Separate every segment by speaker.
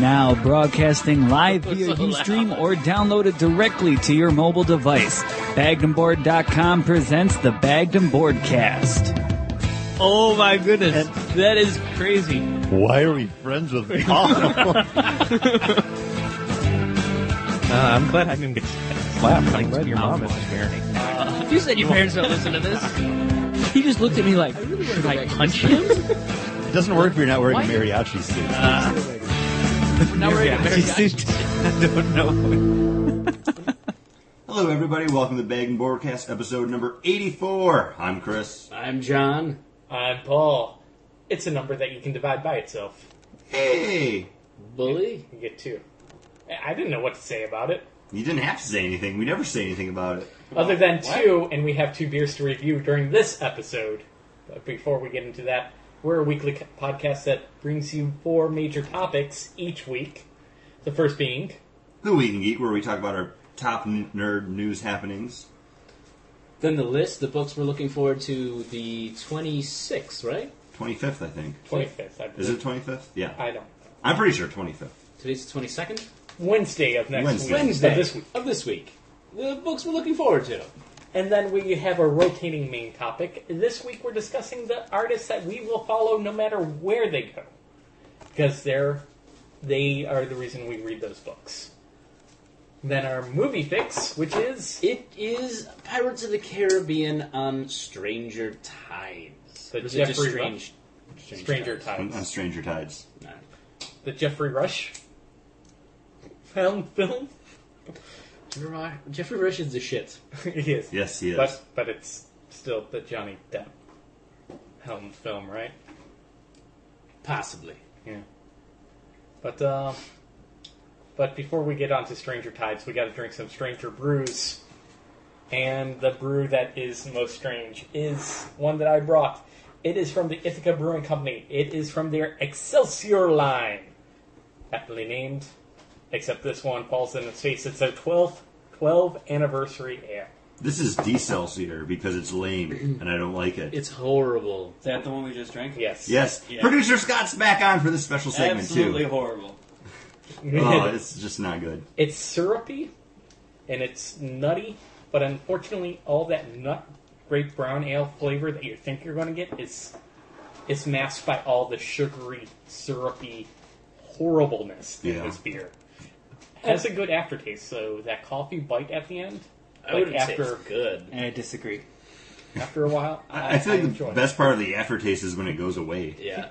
Speaker 1: Now broadcasting live via Ustream or downloaded directly to your mobile device. BaggedandBoard.com presents the Bagged and Board Cast.
Speaker 2: Oh my goodness, that is crazy.
Speaker 3: Why are we friends with Paul?
Speaker 4: I'm glad I didn't get slapped. I'm glad your mom isn't here.
Speaker 2: You said your parents don't listen to this. He just looked at me like, should I punch him?
Speaker 3: it doesn't work if you're not wearing
Speaker 2: Why?
Speaker 3: a mariachi suit.
Speaker 2: Now we're in a very-
Speaker 4: I don't know.
Speaker 5: Hello, everybody. Welcome to Bag and Boardcast, episode number 84. I'm Chris.
Speaker 6: I'm John.
Speaker 7: I'm Paul. It's a number that you can divide by itself.
Speaker 5: Hey!
Speaker 6: Bully.
Speaker 7: You get two. I I didn't know what to say about it.
Speaker 5: You didn't have to say anything. We never say anything about it.
Speaker 7: Other than two, and we have two beers to review during this episode. But before we get into that, we're a weekly c- podcast that brings you four major topics each week. The first being,
Speaker 5: The Week in Geek, where we talk about our top n- nerd news happenings.
Speaker 6: Then the list, the books we're looking forward to the 26th, right?
Speaker 5: 25th, I think.
Speaker 7: 25th, I believe.
Speaker 5: Is it 25th? Yeah.
Speaker 7: I don't know.
Speaker 5: I'm pretty sure 25th.
Speaker 6: Today's the 22nd?
Speaker 7: Wednesday of next
Speaker 5: Wednesday.
Speaker 7: week.
Speaker 6: Wednesday.
Speaker 7: Of this week.
Speaker 6: Of this week. The books we're looking forward to.
Speaker 7: And then we have a rotating main topic. This week we're discussing the artists that we will follow no matter where they go. Because they're they are the reason we read those books. Then our movie fix, which is
Speaker 6: It is Pirates of the Caribbean on Stranger Tides.
Speaker 7: The
Speaker 6: Or is it just
Speaker 7: Jeffrey
Speaker 6: Strange,
Speaker 7: Stranger
Speaker 5: On, on
Speaker 7: Tides.
Speaker 5: Stranger Tides.
Speaker 6: Tides?
Speaker 7: The Jeffrey Rush found film?
Speaker 6: Jeffrey Rush- Jeffrey Rush is the shit.
Speaker 7: yes.
Speaker 5: Yes, he is.
Speaker 7: But but it's still the Johnny Depp helm film, right?
Speaker 6: Possibly.
Speaker 7: Yeah. But uh, but before we get on to Stranger Tides, we got to drink some Stranger brews. And the brew that is most strange is one that I brought. It is from the Ithaca Brewing Company. It is from their Excelsior line, aptly named. Except this one falls in its face. It's a 12th 12 anniversary ale.
Speaker 5: This is Decelsior because it's lame and I don't like it.
Speaker 6: It's horrible.
Speaker 8: Is that the one we just drank?
Speaker 7: Yes.
Speaker 5: Yes.
Speaker 8: Yeah.
Speaker 5: Producer Scott's back on for this special segment,
Speaker 8: Absolutely
Speaker 5: too.
Speaker 8: horrible.
Speaker 5: Oh, it's just not good.
Speaker 7: It's syrupy and it's nutty, but unfortunately, all that nut grape brown ale flavor that you think you're going to get is is masked by all the sugary, syrupy horribleness in
Speaker 5: Yeah.
Speaker 7: this beer. Has a good aftertaste, so that coffee bite at the end,
Speaker 6: I wouldn't say
Speaker 7: after
Speaker 6: it's good.
Speaker 8: I disagree.
Speaker 7: after a while, I,
Speaker 5: I, I feel like the
Speaker 7: enjoy it.
Speaker 5: best part of the aftertaste is when it goes away.
Speaker 6: Yeah.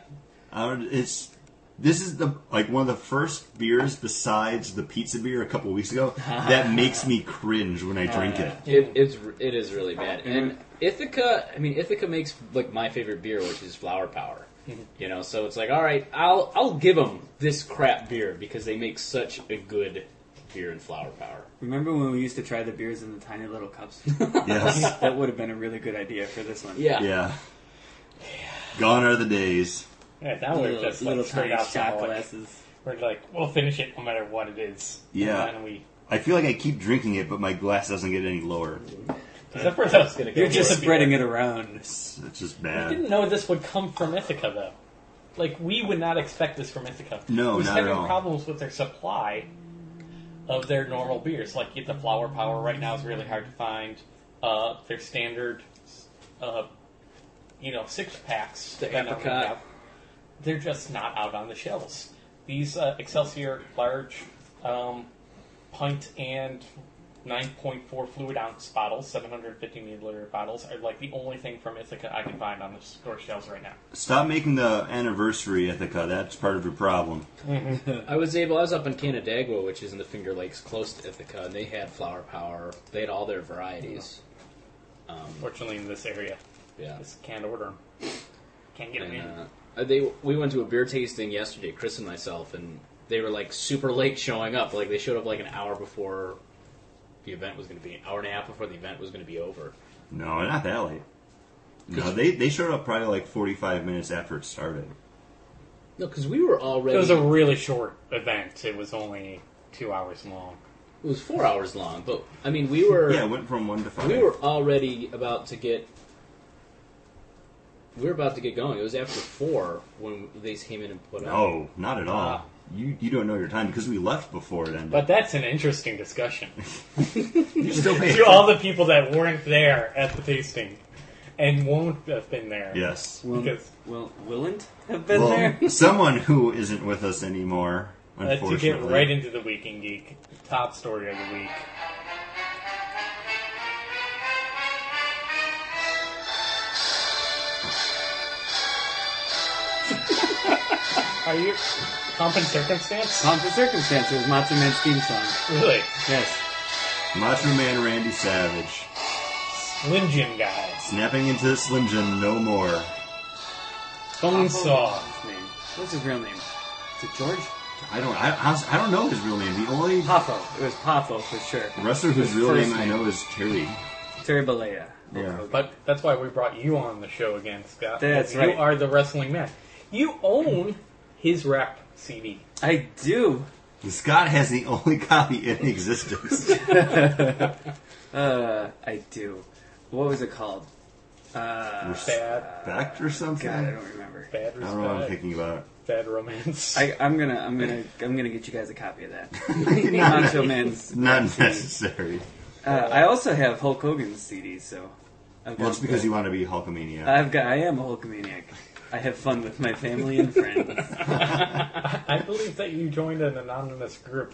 Speaker 5: I would- it's this is the like one of the first beers besides the pizza beer a couple weeks ago that makes me cringe when I drink it.
Speaker 6: It, it's it is really bad. And Ithaca, I mean Ithaca makes like my favorite beer, which is Flower Power. You know, so it's like, all right, I'll I'll give them this crap beer because they make such a good beer in Flower Power.
Speaker 8: Remember when we used to try the beers in the tiny little cups?
Speaker 5: Yes,
Speaker 8: that would have been a really good idea for this one.
Speaker 6: Yeah,
Speaker 5: yeah. Gone are the days.
Speaker 7: Yeah, now we're
Speaker 8: Little,
Speaker 7: just
Speaker 8: little
Speaker 7: like straight
Speaker 8: tiny
Speaker 7: out
Speaker 8: shot
Speaker 7: like,
Speaker 8: glasses.
Speaker 7: We're like, we'll finish it no matter what it is.
Speaker 5: Yeah.
Speaker 7: and then we
Speaker 5: I feel like I keep drinking it, but my glass doesn't get any lower.
Speaker 7: except for those.
Speaker 6: gonna go
Speaker 8: You're just
Speaker 6: for it.
Speaker 8: spreading it around.
Speaker 5: It's just
Speaker 7: I
Speaker 5: bad.
Speaker 7: didn't know this would come from Ithaca, though. Like, we would not expect this from Ithaca.
Speaker 5: No,
Speaker 7: Who's
Speaker 5: not at
Speaker 7: having
Speaker 5: all.
Speaker 7: problems with their supply of their normal beers. Like, get the Flower Power right now is really hard to find. Uh, their standard, uh, you know, six packs.
Speaker 6: The
Speaker 7: that normally
Speaker 6: apricot.
Speaker 7: have, They're just not out on the shelves. These uh, Excelsior large um, pint and 9.4 fluid ounce bottles, 750 milliliter bottles, are like the only thing from Ithaca I can find on the store shelves right now.
Speaker 5: Stop making the anniversary Ithaca. That's part of your problem.
Speaker 6: I was able. I was up in Canandaigua, which is in the Finger Lakes, close to Ithaca, and they had Flower Power. They had all their varieties.
Speaker 7: Fortunately, in this area,
Speaker 6: Yeah,
Speaker 7: just can't order them. Can't get them in.
Speaker 6: and uh, they we went to a beer tasting yesterday, Chris and myself, and they were like super late showing up. Like they showed up like an hour before the event was going to be, an hour and a half before the event was going to be over.
Speaker 5: No, not that late. No, they they showed up probably like forty five minutes after it started.
Speaker 6: No, because we were already.
Speaker 7: It was a really short event. It was only two hours long.
Speaker 6: it was four hours long, but I mean we were
Speaker 5: Yeah, it went from one to five.
Speaker 6: we were already about to get. We were about to get going. It was after four when they came in and put up.
Speaker 5: No, not at all. You you don't know your time because we left before it ended.
Speaker 7: But that's an interesting discussion.
Speaker 5: you still pay.
Speaker 7: to all the people that weren't there at the tasting and won't have been there.
Speaker 5: yes.
Speaker 8: Will,
Speaker 7: Because-
Speaker 8: will, Willant have been
Speaker 5: Well,
Speaker 8: there?
Speaker 5: someone who isn't with us anymore,
Speaker 7: Uh, to get
Speaker 5: unfortunately.
Speaker 7: right into the Week in Geek, top story of the week. Are you pomp and circumstance?
Speaker 8: Pomp and circumstances, Matsu Man's theme song.
Speaker 7: Really,
Speaker 8: Yes.
Speaker 5: Macho Man Randy Savage
Speaker 7: Slim Jim guys,
Speaker 5: snapping into the Slim Jim no more.
Speaker 7: Bone Saw.
Speaker 8: His name. What's his real name? Is it George?
Speaker 5: I don't I, how's- I don't know his real name. The only
Speaker 8: Poffo. It was Poffo for sure.
Speaker 5: wrestler whose
Speaker 8: His
Speaker 5: real
Speaker 8: first
Speaker 5: name I know is Terry.
Speaker 8: Terry Bollea.
Speaker 5: Yeah.
Speaker 7: But that's why we brought you on the show again, Scott.
Speaker 8: That's
Speaker 7: you
Speaker 8: right.
Speaker 7: You are the wrestling man. You own his rap CD.
Speaker 8: I do.
Speaker 5: Scott has the only copy in existence.
Speaker 8: Uh, I do. What was it called? Uh,
Speaker 7: Bad,
Speaker 5: Respect or something?
Speaker 8: God, I
Speaker 5: I
Speaker 8: don't remember.
Speaker 7: bad
Speaker 5: don't know what I'm
Speaker 7: respect,
Speaker 5: thinking about.
Speaker 7: bad romance.
Speaker 8: I, I'm gonna, I'm gonna, I'm gonna get you guys a copy of that.
Speaker 5: not,
Speaker 8: Macho Man's.
Speaker 5: not necessary.
Speaker 8: Uh, I also have Hulk Hogan's CD, so. I've
Speaker 5: Well,
Speaker 8: got-
Speaker 5: it's because you want to be Hulkamania.
Speaker 8: I've got. I am a Hulkamaniac. I have fun with my family and friends.
Speaker 7: I believe that you joined an anonymous group.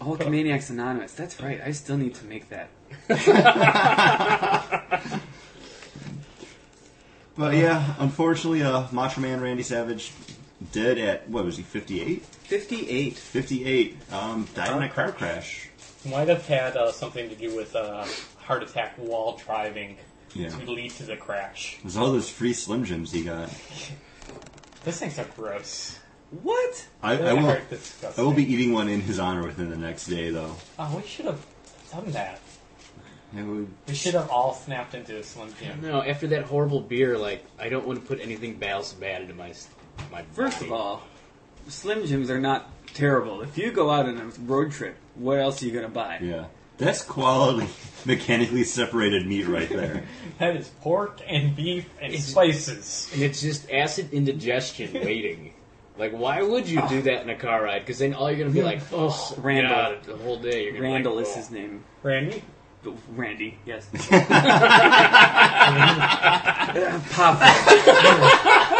Speaker 8: Hulkamaniacs Anonymous. That's right. I still need to make that.
Speaker 5: But yeah, unfortunately, uh, Macho Man Randy Savage dead at what was he 58?
Speaker 8: 58.
Speaker 5: 58. Um, died in a car crash.
Speaker 7: Might have had uh, something to do with uh, heart attack while driving
Speaker 5: Yeah,
Speaker 7: to lead to the crash.
Speaker 5: it was all those free Slim Jims he got.
Speaker 7: Those things are gross.
Speaker 8: What?
Speaker 5: I,
Speaker 7: Those
Speaker 5: I will.
Speaker 7: are disgusting.
Speaker 5: I will be eating one in his honor within the next day, though.
Speaker 7: Oh, we should have done that.
Speaker 5: It would,
Speaker 7: We should have all snapped into a Slim Jim.
Speaker 6: No, after that horrible beer, like I don't want to put anything else bad into my s- my.
Speaker 8: First of
Speaker 6: body.
Speaker 8: all, Slim Jims are not terrible. If you go out on a road trip, what else are you gonna buy?
Speaker 5: yeah, that's quality mechanically separated meat right there.
Speaker 7: That is pork and beef and
Speaker 6: It's-
Speaker 7: spices.
Speaker 6: and it's just acid indigestion waiting. Like, why would you do that in a car ride? Because then all you're gonna be like, oh,
Speaker 8: Randall.
Speaker 6: God, the whole day. You're gonna be
Speaker 8: Randall
Speaker 6: like,
Speaker 8: is
Speaker 6: oh.
Speaker 8: his name.
Speaker 7: Randy?
Speaker 8: Randy, yes. Papa.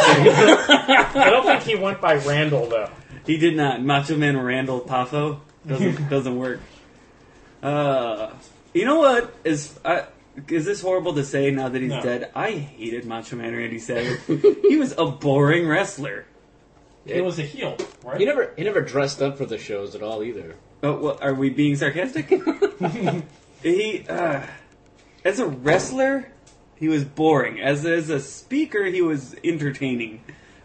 Speaker 7: I don't think he went by Randall though.
Speaker 8: He did not. Macho Man Randall Poffo doesn't doesn't work. Uh, you know what is I, is this horrible to say now that he's
Speaker 7: No.
Speaker 8: dead? I hated Macho Man Randy Savage. he was a boring wrestler.
Speaker 7: It was a heel, right?
Speaker 6: He never he never dressed up for the shows at all either.
Speaker 8: But what, Oh, are we being sarcastic? he, uh, as a wrestler, he was boring. As as a speaker, he was entertaining.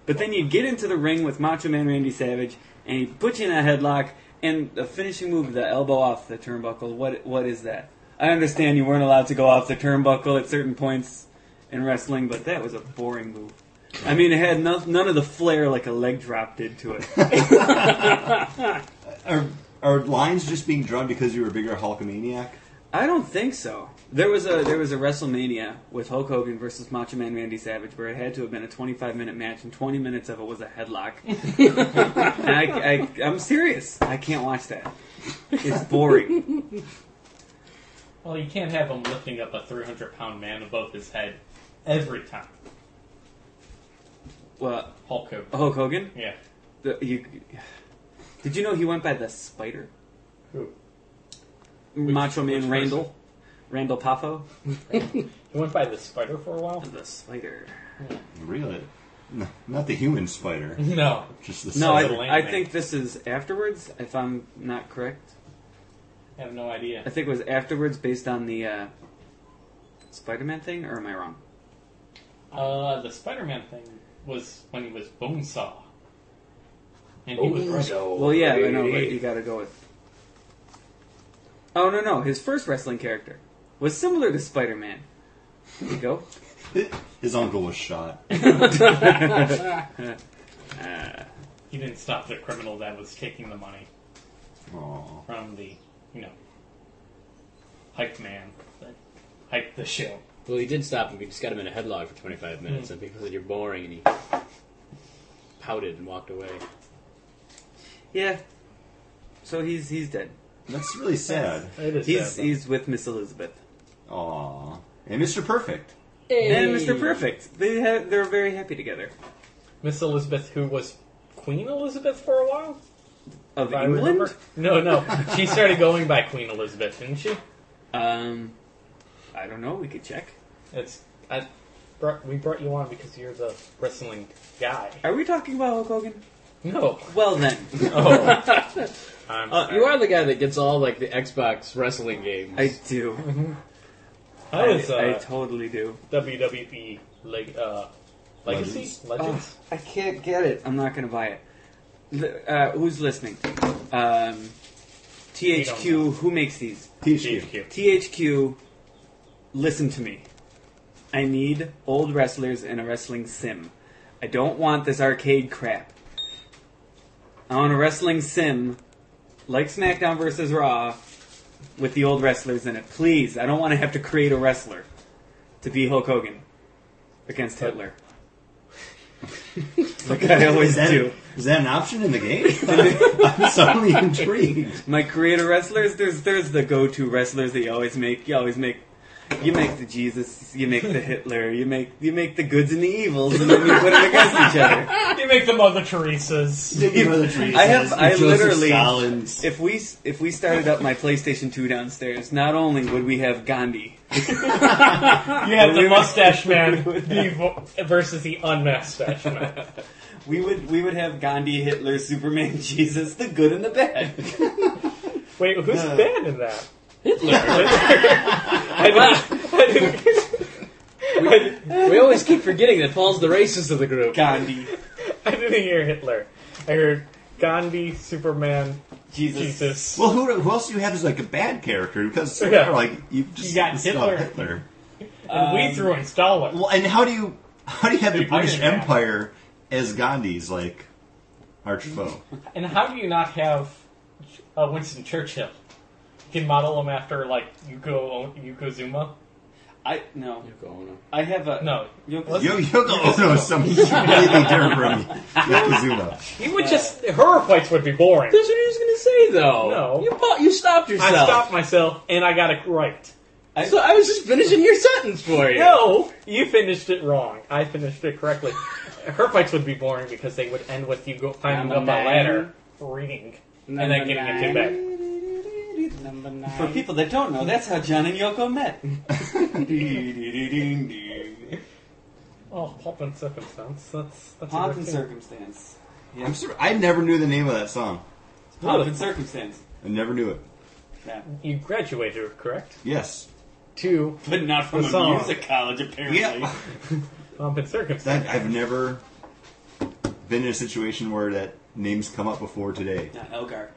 Speaker 8: But then you get into the ring with Macho Man Randy Savage, and he puts you in a headlock, and the finishing move, the elbow off the turnbuckle. What what is that? I understand you weren't allowed to go off the turnbuckle at certain points in wrestling, but that was a boring move. I mean, it had no, none of the flair like a leg drop did to it.
Speaker 5: Are are lines just being drawn because you were a bigger Hulkamaniac?
Speaker 8: I don't think so. There was a there was a WrestleMania with Hulk Hogan versus Macho Man Randy Savage where it had to have been a 25 minute match and 20 minutes of it was a headlock. and I, I, I'm serious. I can't watch that. It's boring.
Speaker 7: Well, you can't have him lifting up a 300 pound man above his head every time.
Speaker 8: Well,
Speaker 7: Hulk Hogan.
Speaker 8: Hulk Hogan,
Speaker 7: Yeah.
Speaker 8: the- you, did you know he went by the Spider?
Speaker 7: Who?
Speaker 8: Macho
Speaker 7: which
Speaker 8: Man
Speaker 7: person?
Speaker 8: Randall, Randall Poffo,
Speaker 7: He went by the spider for a while?
Speaker 8: the Spider.
Speaker 5: Really? No, not the human spider.
Speaker 7: No.
Speaker 5: Just the
Speaker 8: No,
Speaker 5: spider.
Speaker 7: Spider
Speaker 8: I, I
Speaker 7: Man.
Speaker 8: think this is afterwards. If I'm not correct,
Speaker 7: I have no idea.
Speaker 8: I think it was afterwards based on the uh, Spider Man thing, or am I wrong?
Speaker 7: Uh, the Spider Man thing was when he was Bonesaw. And he was wrestling.
Speaker 8: Well, yeah, I know, but you gotta go with. Oh, no, no. His first wrestling character was similar to Spider Man. There you go.
Speaker 5: His uncle was shot.
Speaker 7: He didn't stop the criminal that was taking the money
Speaker 5: Aw.
Speaker 7: from the, you know, hype man that hyped the show.
Speaker 6: Well, he did stop him. He just got him in a headlock for 25 minutes, and people said you're boring, and he
Speaker 9: pouted and walked away.
Speaker 8: Yeah. So he's he's dead.
Speaker 5: That's really sad.
Speaker 7: It is
Speaker 8: He's
Speaker 7: sad,
Speaker 8: he's with Miss Elizabeth
Speaker 5: Aw. And Mr. Perfect.
Speaker 8: and Mr. Perfect. They ha- they're very happy together.
Speaker 7: though. Miss Elizabeth, who was Queen Elizabeth for a while,
Speaker 8: Of
Speaker 7: if I
Speaker 8: England.
Speaker 7: remember. No, no, she started going by Queen Elizabeth, didn't she?
Speaker 8: Um, I don't know. We could check.
Speaker 7: It's I brought, we brought you on because you're the wrestling guy.
Speaker 8: Are we talking about Hulk Hogan?
Speaker 7: No, Oh.
Speaker 8: Well then,
Speaker 7: I'm
Speaker 9: Uh, you are the guy that gets all like the Xbox wrestling games.
Speaker 8: I do.
Speaker 7: I was uh,
Speaker 8: I, I totally do.
Speaker 7: WWE leg, uh, legacy legends.
Speaker 8: Oh, I can't get it. I'm not gonna buy it. The, uh, who's listening? Um, THQ. Who makes these?
Speaker 7: GQ.
Speaker 8: THQ, listen to me. I need old wrestlers and a wrestling sim. I don't want this arcade crap. I want a wrestling sim, like SmackDown vs. Raw, with the old wrestlers in it. Please, I don't want to have to create a wrestler to be Hulk Hogan against Hitler. like I always
Speaker 5: Is that,
Speaker 8: do.
Speaker 5: is that an option in the game? I'm suddenly intrigued.
Speaker 8: My creator wrestlers, there's there's the go-to wrestlers that you always make. You always make, you make the Jesus, you make the Hitler, you make you make the goods and the evils, and then you put them against each other.
Speaker 7: You make the Mother Teresa's.
Speaker 5: Digging for the trees.
Speaker 8: I have- I
Speaker 5: Joseph
Speaker 8: literally-
Speaker 5: Stalin's.
Speaker 8: If we s- if we started up my PlayStation 2 downstairs, not only would we have Gandhi,
Speaker 7: You have the mustache man the vo- versus the unmustache man.
Speaker 8: we would we would have Gandhi, Hitler, Superman, Jesus, the good and the bad.
Speaker 7: Wait, who's bad in that?
Speaker 9: we always keep forgetting that Paul's the racist of the group.
Speaker 8: Gandhi,
Speaker 7: I didn't hear Hitler. I heard Gandhi, Superman,
Speaker 8: Jesus.
Speaker 7: Jesus.
Speaker 5: Well, who, who else do you have as like a bad character? Because
Speaker 7: Yeah.
Speaker 5: like you just
Speaker 7: You got
Speaker 5: stuff
Speaker 7: Hitler.
Speaker 5: Hitler.
Speaker 7: and we threw in Stalin.
Speaker 5: Well, and how do you how do you have the
Speaker 7: Dude, Iron
Speaker 5: British
Speaker 7: Man.
Speaker 5: Empire as Gandhi's like arch foe?
Speaker 7: And how do you not have uh, Winston Churchill? You can model him after like Yuko Yuko Zuma.
Speaker 8: I no, I have a
Speaker 7: No,
Speaker 8: Yoko-
Speaker 5: Yo, Yoko Ono is something completely different from Yokozuna.
Speaker 7: he
Speaker 9: Uh,
Speaker 7: would just her fights would be boring.
Speaker 9: That's what he was going to say, though.
Speaker 7: No.
Speaker 9: you, pa- you stopped
Speaker 7: I
Speaker 9: yourself.
Speaker 7: stopped myself and I got it right.
Speaker 9: So I was just finishing your sentence for you.
Speaker 7: No, you finished it wrong. I finished it correctly. her fights would be boring because they would end with you go climbing up
Speaker 9: Number
Speaker 7: a
Speaker 9: nine.
Speaker 7: ladder, reading, and then
Speaker 9: Number
Speaker 7: getting into
Speaker 9: nine.
Speaker 7: bed.
Speaker 9: Number nine.
Speaker 8: For people that don't know, that's how John and Yoko met.
Speaker 7: Oh, pomp and circumstance. That's that's
Speaker 8: Pomp
Speaker 7: a
Speaker 8: and
Speaker 7: good
Speaker 8: circumstance.
Speaker 5: I'm sur- I never knew the name of that song.
Speaker 8: Pomp and circumstance.
Speaker 5: I never knew it.
Speaker 8: Yeah.
Speaker 7: thing. You graduated, correct?
Speaker 5: Yes,
Speaker 7: To
Speaker 8: But not from
Speaker 7: The
Speaker 8: a
Speaker 7: song.
Speaker 8: music college, apparently.
Speaker 5: Yeah.
Speaker 7: pomp and circumstance.
Speaker 5: that, I've never been in a situation where that name's come up before today.
Speaker 8: Not Elgar.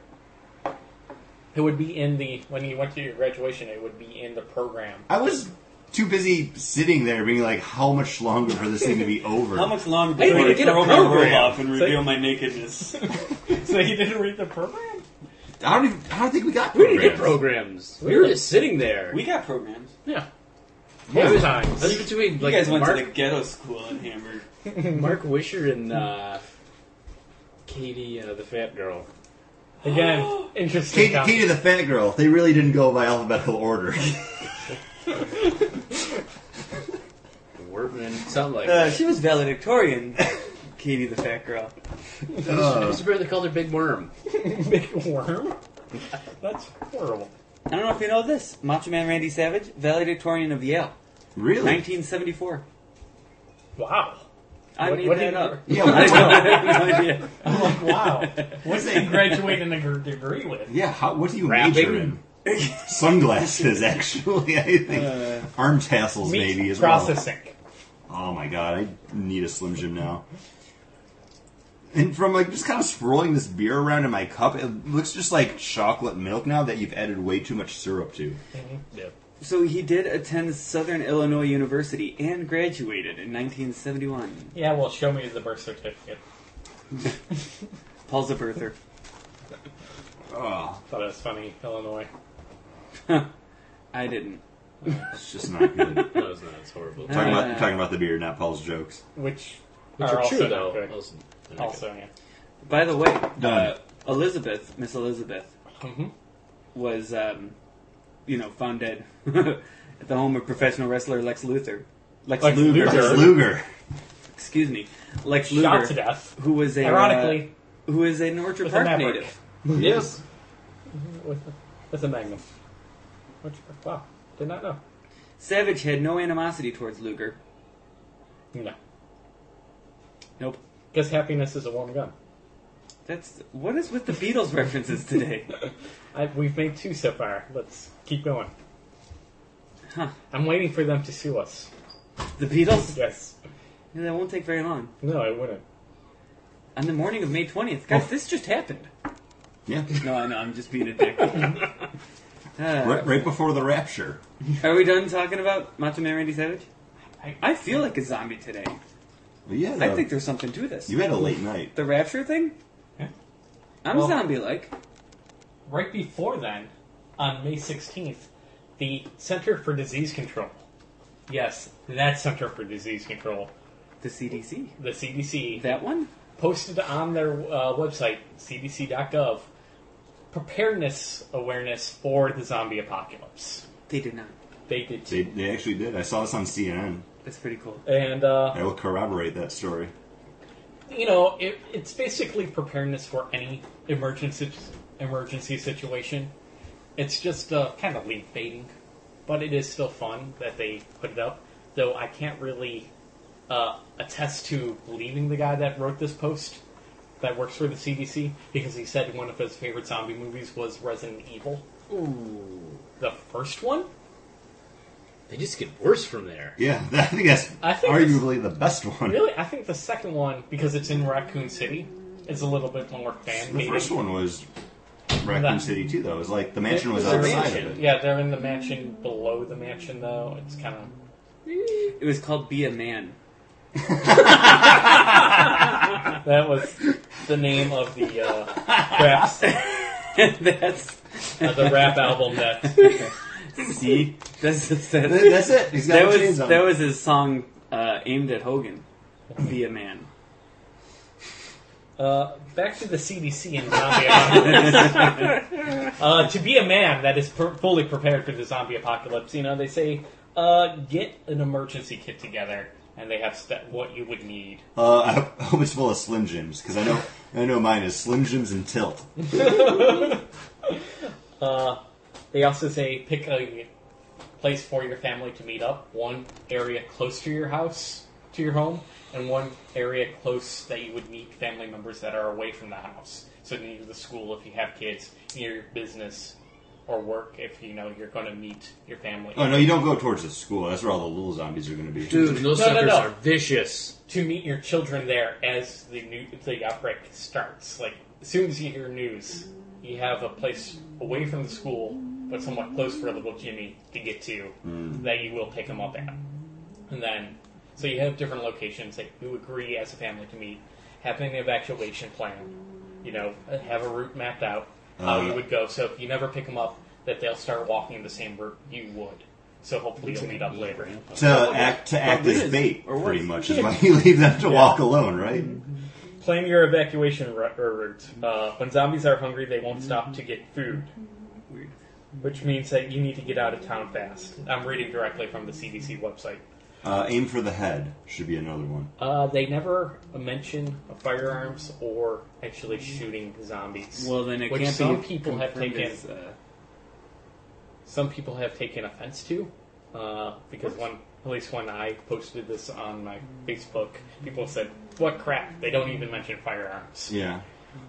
Speaker 7: It would be in the when you went to your graduation. It would be in the program.
Speaker 5: I was too busy sitting there being like, how much longer for this thing to be over?
Speaker 8: How much longer
Speaker 9: didn't
Speaker 8: before I
Speaker 9: even get a
Speaker 8: throw my robe
Speaker 9: program.
Speaker 8: off and
Speaker 7: So-
Speaker 8: reveal my nakedness?
Speaker 7: So you didn't read the program?
Speaker 5: I don't even. I don't think we got.
Speaker 9: we didn't get
Speaker 5: programs.
Speaker 9: programs. We were just sitting there.
Speaker 8: we got programs.
Speaker 7: Yeah.
Speaker 9: Yeah.
Speaker 7: Both
Speaker 9: I think
Speaker 7: times.
Speaker 9: between
Speaker 8: You
Speaker 9: like
Speaker 8: guys went
Speaker 9: Mark,
Speaker 8: to the ghetto school in Hamburg.
Speaker 9: Mark Wisher and uh, Katie, uh, the fat girl.
Speaker 7: Again, interesting.
Speaker 5: Katie,
Speaker 7: topic.
Speaker 5: Katie the Fat Girl. They really didn't go by alphabetical order.
Speaker 9: Wortman, something like
Speaker 8: Uh,
Speaker 9: that.
Speaker 8: she was valedictorian. Katie the fat girl.
Speaker 9: I used to barely call her Big Worm.
Speaker 7: Big worm? That's horrible.
Speaker 8: I don't know if you know this. Macho Man Randy Savage, valedictorian of Yale,
Speaker 5: really?
Speaker 8: 1974.
Speaker 7: Wow.
Speaker 8: I
Speaker 7: What-
Speaker 8: made
Speaker 7: what
Speaker 8: that
Speaker 7: did-
Speaker 8: up.
Speaker 5: Yeah,
Speaker 8: I
Speaker 5: what-
Speaker 8: know. I have no idea.
Speaker 7: Wow.
Speaker 5: what's that?
Speaker 7: Graduating a gr- degree with.
Speaker 5: Yeah, how, what do you
Speaker 9: Rapping?
Speaker 5: major in? Sunglasses, actually. I think arm tassels,
Speaker 7: Meat
Speaker 5: maybe as
Speaker 7: processing.
Speaker 5: well. Oh my god, I need a Slim Jim now. And from like just kind of swirling this beer around in my cup, it looks just like chocolate milk now that you've added way too much syrup to.
Speaker 8: So he did attend Southern Illinois University and graduated in 1971.
Speaker 7: Yeah, well, show me the birth certificate.
Speaker 8: Paul's a birther.
Speaker 5: Oh,
Speaker 7: Thought it was funny, Illinois.
Speaker 8: I didn't.
Speaker 5: it's just not good. talking
Speaker 9: No, it's not. It's horrible.
Speaker 5: about talking about the beer, not Paul's jokes.
Speaker 7: Which
Speaker 9: Which
Speaker 7: are
Speaker 9: are
Speaker 7: also
Speaker 9: true
Speaker 7: not
Speaker 9: though.
Speaker 7: good.
Speaker 9: Those-
Speaker 7: Also, yeah.
Speaker 8: By the way,
Speaker 5: Done.
Speaker 8: uh, Elizabeth, Miss Elizabeth,
Speaker 7: Mhm.
Speaker 8: was, um, you know, found dead at the home of professional wrestler Lex Luthor. Lex,
Speaker 7: Lex
Speaker 8: Luger.
Speaker 7: Luger.
Speaker 5: Lex Luger.
Speaker 8: Excuse me. Lex
Speaker 7: Shot to
Speaker 8: Luger,
Speaker 7: death.
Speaker 8: who was a uh,
Speaker 7: Ironically,
Speaker 8: who is a Northrop
Speaker 7: with a
Speaker 8: Park
Speaker 7: maverick.
Speaker 8: native.
Speaker 6: Yes.
Speaker 7: with, with a magnum. Which, wow, did not know.
Speaker 8: Savage had no animosity towards Luger.
Speaker 7: No.
Speaker 8: Nope.
Speaker 7: Guess happiness is a warm gun.
Speaker 8: That's what is with the Beatles references today.
Speaker 7: I, we've made two so far. Let's keep going. I'm waiting for them to sue us.
Speaker 8: The Beatles?
Speaker 7: Yes.
Speaker 8: Yeah, That won't take very long.
Speaker 7: No, I wouldn't.
Speaker 8: On the morning of May 20th.
Speaker 7: Oh.
Speaker 8: Guys, this just happened.
Speaker 5: Yeah.
Speaker 8: No, I know, I'm just being a dick. Uh,
Speaker 5: Right, right before the rapture.
Speaker 8: are we done talking about Macho Man Randy Savage?
Speaker 7: I-
Speaker 8: I feel like a zombie today.
Speaker 5: Well, yeah.
Speaker 8: I think there's something to this.
Speaker 5: you had a late night.
Speaker 8: The rapture thing?
Speaker 7: Yeah.
Speaker 8: I'm
Speaker 7: Well-
Speaker 8: zombie like.
Speaker 7: Right before then, on May 16th, the Center for Disease Control. Yes, that Center for Disease Control,
Speaker 8: The CDC.
Speaker 7: the CDC,
Speaker 8: That one?
Speaker 7: posted on their uh, website, cdc.gov, preparedness awareness for the zombie apocalypse.
Speaker 8: They did not.
Speaker 7: They did too.
Speaker 5: They, they actually did. I saw this on CNN.
Speaker 8: That's pretty cool.
Speaker 7: And, uh,
Speaker 5: I will corroborate that story.
Speaker 7: you know, it, it's basically preparedness for any emergency, emergency situation. It's just uh, kind of leaf baiting, but it is still fun that they put it up. Though I can't really uh, attest to believing the guy that wrote this post that works for the CDC because he said one of his favorite zombie movies was Resident Evil.
Speaker 6: Ooh.
Speaker 7: The first one?
Speaker 6: They just get worse from there.
Speaker 5: Yeah, I think that's
Speaker 7: I think
Speaker 5: arguably the best one.
Speaker 7: Really? I think the second one, because it's in Raccoon City, is a little bit more fan
Speaker 5: The first one was Raccoon
Speaker 7: That-
Speaker 5: City too, though. It was like the mansion was
Speaker 7: They're-
Speaker 5: outside
Speaker 7: they're
Speaker 5: of it.
Speaker 7: mansion. Yeah, they're in the mansion below the mansion, though. It's kind of
Speaker 8: It was called Be a Man.
Speaker 7: that was the name of the uh, raps, uh,
Speaker 8: That's.
Speaker 7: the rap album that
Speaker 8: See? That's, that's, that's,
Speaker 5: Th- That's it. He's got
Speaker 8: that
Speaker 5: no
Speaker 8: was
Speaker 5: chains on.
Speaker 8: that was his song uh, aimed at Hogan. Be a man.
Speaker 7: Uh, back to the CDC and zombie apocalypse. uh, to be a man that is per- fully prepared for the zombie apocalypse, you know, they say uh, get an emergency kit together, and they have st- what you would need.
Speaker 5: Uh, I hope- I hope it's full of Slim Jims because I know I know mine is Slim Jims and Tilt.
Speaker 7: They also say pick a place for your family to meet up. One area close to your house, to your home, and one area close that you would meet family members that are away from the house. So near the school if you have kids, near your business or work if you know you're going to meet your family.
Speaker 5: Oh no, you don't go towards the school. That's where all the little zombies are going to be.
Speaker 6: Dude, those
Speaker 7: No, no,
Speaker 6: suckers
Speaker 7: no.
Speaker 6: are vicious.
Speaker 7: To meet your children there as the new the outbreak starts. Like as soon as you hear news, you have a place away from the school, but somewhat close for little Jimmy to get to that you will pick him up at. And then, so you have different locations that you agree as a family to meet, have an evacuation plan, you know, have a route mapped out, how you
Speaker 5: Uh.
Speaker 7: would go. So if you never pick them up, that they'll start walking the same route you would. So hopefully you'll meet up later.
Speaker 5: To act to act
Speaker 8: Probably
Speaker 5: as
Speaker 8: is.
Speaker 5: bait,
Speaker 8: Or
Speaker 5: pretty much
Speaker 8: worse.
Speaker 5: is why you leave them to walk alone, right?
Speaker 7: Plan your evacuation ru- or route. Uh, when zombies are hungry, they won't stop to get food,
Speaker 8: Weird.
Speaker 7: which means that you need to get out of town fast. I'm reading directly from the CDC website.
Speaker 5: Uh, aim for the head should be another one.
Speaker 7: Uh, they never mention firearms or actually shooting zombies.
Speaker 8: Well, then it
Speaker 7: which
Speaker 8: can't
Speaker 7: some
Speaker 8: be
Speaker 7: people have
Speaker 8: confirmed
Speaker 7: taken.
Speaker 8: as, uh,
Speaker 7: some people have taken offense to, uh, because one, at least when I posted this on my Facebook, people said, "What crap? They don't even mention firearms."
Speaker 5: Yeah.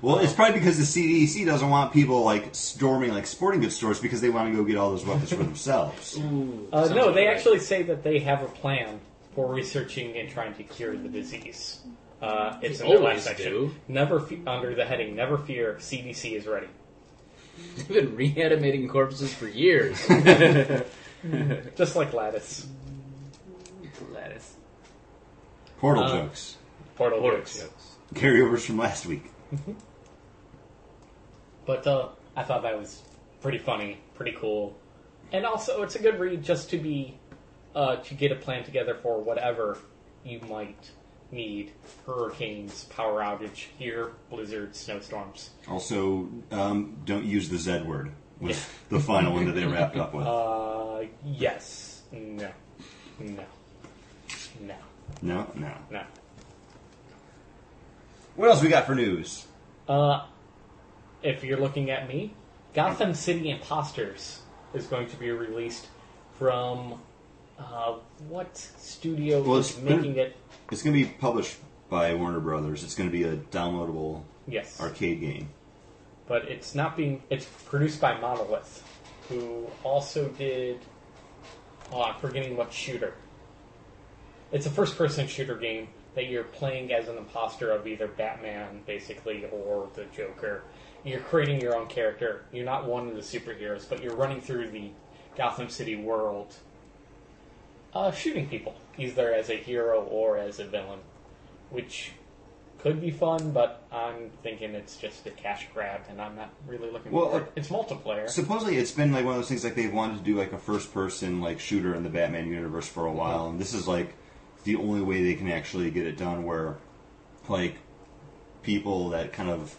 Speaker 5: Well, it's probably because the CDC doesn't want people like storming like sporting goods stores because they want to go get all those weapons for themselves.
Speaker 7: Uh,
Speaker 6: Sounds
Speaker 7: no, they
Speaker 6: about right.
Speaker 7: actually say that they have a plan for researching and trying to cure the disease. Uh, it's
Speaker 6: They
Speaker 7: in their last
Speaker 6: always
Speaker 7: section.
Speaker 6: do.
Speaker 7: Never fe- under the heading "Never fear, CDC is ready."
Speaker 6: They've been reanimating corpses for years.
Speaker 7: Just like Lattice
Speaker 8: Gladys.
Speaker 5: Portal
Speaker 7: Uh,
Speaker 5: jokes,
Speaker 7: Portal
Speaker 6: Works.
Speaker 7: Works.
Speaker 5: carryovers from last week.
Speaker 7: But uh, I thought that was pretty funny, pretty cool, and also it's a good read just to be uh, to get a plan together for whatever you might need hurricanes, power outage here, blizzards, snowstorms.
Speaker 5: Also, um, don't use the Z word. Was the final one that they wrapped up with?
Speaker 7: Uh, yes. No. No. No.
Speaker 5: No, no.
Speaker 7: No.
Speaker 5: What else we got for news?
Speaker 7: Uh, if you're looking at me, Gotham City Imposters is going to be released from uh, what studio
Speaker 5: Well,
Speaker 7: is
Speaker 5: it's been-
Speaker 7: making it?
Speaker 5: It's going to be published by Warner Brothers. It's going to be a downloadable
Speaker 7: Yes,
Speaker 5: arcade game.
Speaker 7: but it's not being. It's produced by Monolith, who also did. Oh, I'm forgetting what shooter. It's a first-person shooter game that you're playing as an imposter of either Batman, basically, or the Joker. You're creating your own character. You're not one of the superheroes, but you're running through the Gotham City world, uh, shooting people, either as a hero or as a villain, which could be fun, but I'm thinking it's just a cash grab, and I'm not really looking
Speaker 5: Well,
Speaker 7: for it.
Speaker 5: uh,
Speaker 7: It's multiplayer.
Speaker 5: Supposedly, it's been like one of those things like they've wanted to do like a first-person like shooter in the Batman universe for a while, and this is like the only way they can actually get it done. Where like people that kind of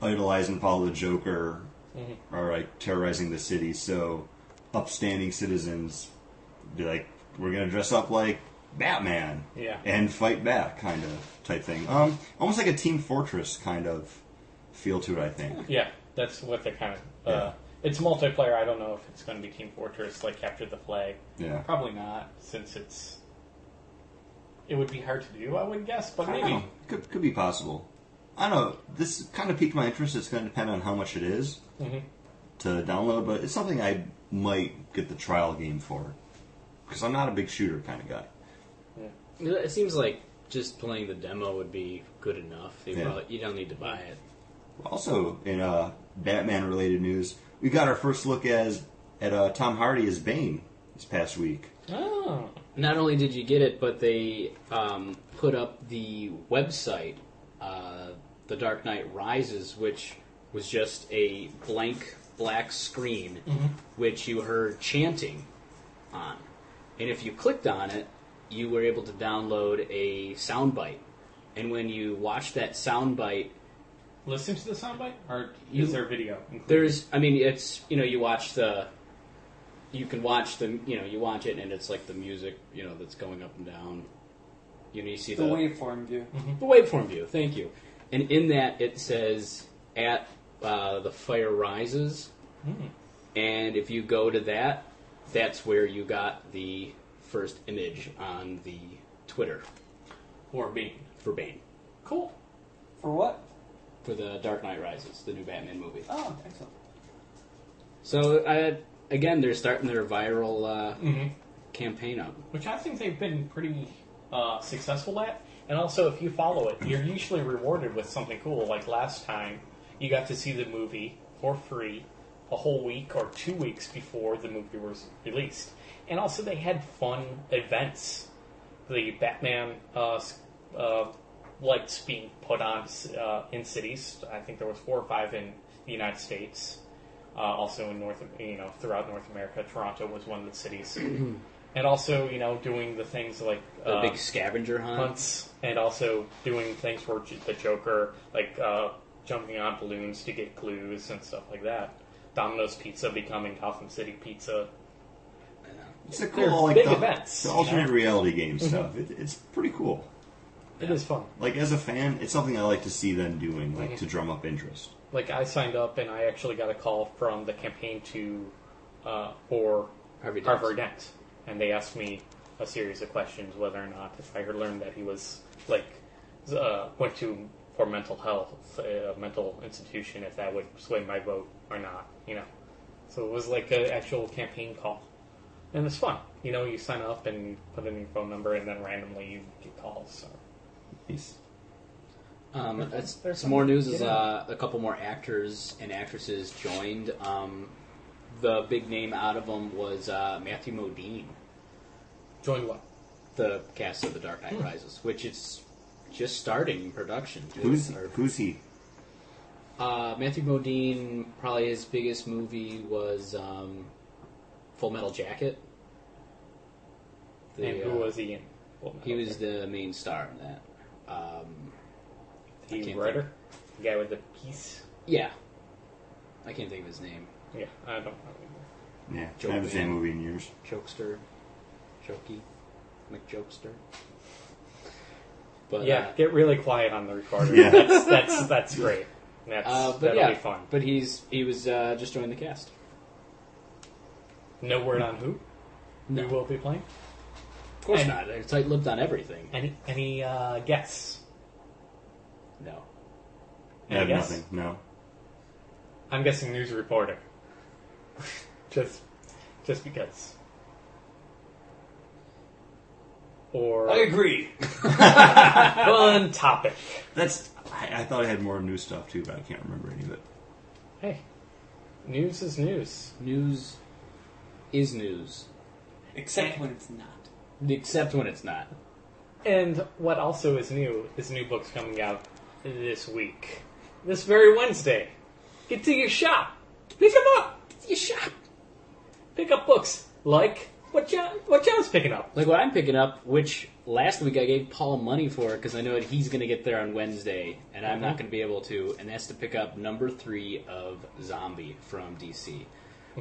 Speaker 5: idolize and follow the Joker are like terrorizing the city, so upstanding citizens be like, "We're gonna dress up like Batman,
Speaker 7: Yeah.
Speaker 5: and fight back," kind of type thing. Um, almost like a Team Fortress kind of feel to it, I think.
Speaker 7: Yeah, that's what they're kind of. Uh,
Speaker 5: Yeah.
Speaker 7: It's multiplayer. I don't know if it's going to be Team Fortress, like Capture the Flag.
Speaker 5: Yeah.
Speaker 7: Probably not, since it's. It would be hard to do, I would guess, but
Speaker 5: I don't
Speaker 7: maybe.
Speaker 5: know. Could, could be possible. I don't know. This kind of piqued my interest. It's going to depend on how much it is
Speaker 7: Mm-hmm.
Speaker 5: to download, but it's something I might get the trial game for because I'm not a big shooter kind of guy.
Speaker 6: It seems like just playing the demo would be good enough. You,
Speaker 5: Yeah.
Speaker 6: probably, you don't need to buy it.
Speaker 5: Also, in uh, Batman-related news, we got our first look as at uh, Tom Hardy as Bane this past week.
Speaker 7: Oh.
Speaker 6: Not only did you get it, but they um, put up the website, uh, The Dark Knight Rises, which was just a blank black screen, which you heard chanting on. And if you clicked on it, you were able to download a soundbite. And when you watched that soundbite,
Speaker 7: Listen to the soundbite? Or
Speaker 6: You-
Speaker 7: is there video? included?
Speaker 6: There's, I mean, it's you know, you watch the, you can watch the, you know, you watch it, and it's like the music, you know, that's going up and down. You know, you see
Speaker 8: The
Speaker 6: the,
Speaker 8: waveform view.
Speaker 6: the waveform view. Thank you. And in that, it says at uh, the fire rises,
Speaker 8: Hmm.
Speaker 6: and if you go to that, that's where you got the first image on the Twitter
Speaker 7: Or being.
Speaker 6: for Bane
Speaker 7: Cool.
Speaker 8: For what?
Speaker 6: for the Dark Knight Rises, the new Batman movie.
Speaker 8: Oh, excellent.
Speaker 6: So I, again, they're starting their viral uh,
Speaker 8: Mm-hmm.
Speaker 6: campaign up.
Speaker 7: Which I think they've been pretty uh, successful at. And also, if you follow it, you're usually rewarded with something cool. Like last time, you got to see the movie for free a whole week or two weeks before the movie was released. And also, they had fun events. The Batman uh, s- uh, lights being put on uh, in cities. I think there was four or five in the United States. Uh, also in North, you know, throughout North America, Toronto was one of the cities. and also, you know, doing the things like
Speaker 6: The
Speaker 7: uh,
Speaker 6: big scavenger hunt.
Speaker 7: months and also doing things for J- the Joker, like uh, jumping on balloons to get clues and stuff like that. Domino's Pizza becoming Gotham City Pizza.
Speaker 5: It's a
Speaker 7: They're
Speaker 5: cool like
Speaker 7: big
Speaker 5: the,
Speaker 7: events, Mm-hmm.
Speaker 5: the
Speaker 7: you
Speaker 5: alternate
Speaker 7: know?
Speaker 5: reality game stuff. It, it's pretty cool.
Speaker 7: It is fun.
Speaker 5: Like as a fan, it's something I like to see them doing,
Speaker 7: Mm-hmm.
Speaker 5: like to drum up interest.
Speaker 7: Like I signed up and I actually got a call from the campaign to uh, for
Speaker 6: Harvey Dent.
Speaker 7: Harvard Dent, and they asked me a series of questions whether or not if I had learned that he was like uh, went to for mental health, a mental institution, if that would sway my vote or not, you know. So it was like an actual campaign call, and it's fun. You know, you sign up and put in your phone number, and then randomly you get calls. So.
Speaker 5: Nice.
Speaker 6: Um, that's,
Speaker 7: there's
Speaker 6: some more
Speaker 7: something.
Speaker 6: news is
Speaker 7: Yeah.
Speaker 6: uh, a couple more actors and actresses joined. Um, the big name out of them was uh, Matthew Modine,
Speaker 7: Join what?
Speaker 6: the cast of The Dark
Speaker 7: Hmm.
Speaker 6: Knight Rises, which is just starting production.
Speaker 5: Who's
Speaker 6: Or-
Speaker 5: who's he?
Speaker 6: uh, Matthew Modine? Probably his biggest movie was um, Full Metal Jacket. The,
Speaker 7: and who
Speaker 6: uh,
Speaker 7: was he in? Full Metal.
Speaker 6: He was the main star in that. Um, I
Speaker 7: the
Speaker 6: can't
Speaker 7: writer, the guy with the piece.
Speaker 6: yeah, I can't think of his name.
Speaker 7: Yeah, I don't know.
Speaker 5: Yeah,
Speaker 6: Joe
Speaker 5: I haven't seen a
Speaker 6: Mann.
Speaker 5: movie in years.
Speaker 6: Jokester, Jokey, McJokester. But
Speaker 7: yeah,
Speaker 6: uh,
Speaker 7: get really quiet on the recorder.
Speaker 5: Yeah.
Speaker 7: that's, that's that's great. That's
Speaker 6: uh, but
Speaker 7: that'll
Speaker 6: yeah,
Speaker 7: be fun.
Speaker 6: but he's he was uh, just joined the cast.
Speaker 7: No word on who we will be playing.
Speaker 6: Of course
Speaker 7: And-
Speaker 6: not. They're tight-lipped on everything.
Speaker 7: Any any uh, guess?
Speaker 6: No.
Speaker 5: I have
Speaker 7: guess?
Speaker 5: nothing. No.
Speaker 7: I'm guessing news reporter. just just because. Or
Speaker 8: agree.
Speaker 7: on topic.
Speaker 5: That's. I, I thought I had more new stuff too, but I can't remember any of it.
Speaker 7: Hey, news is news.
Speaker 6: News is news,
Speaker 8: Except when it's not.
Speaker 6: except when it's not.
Speaker 7: And what also is new is new books coming out this week. This very Wednesday. Get to your shop. Pick them up. Get to your shop. Pick up books like what John what John's picking up.
Speaker 6: Like what I'm picking up, which last week I gave Paul money for because I know that he's going to get there on Wednesday, and I'm not going to be able to. And that's to pick up number three of Zombie from DC.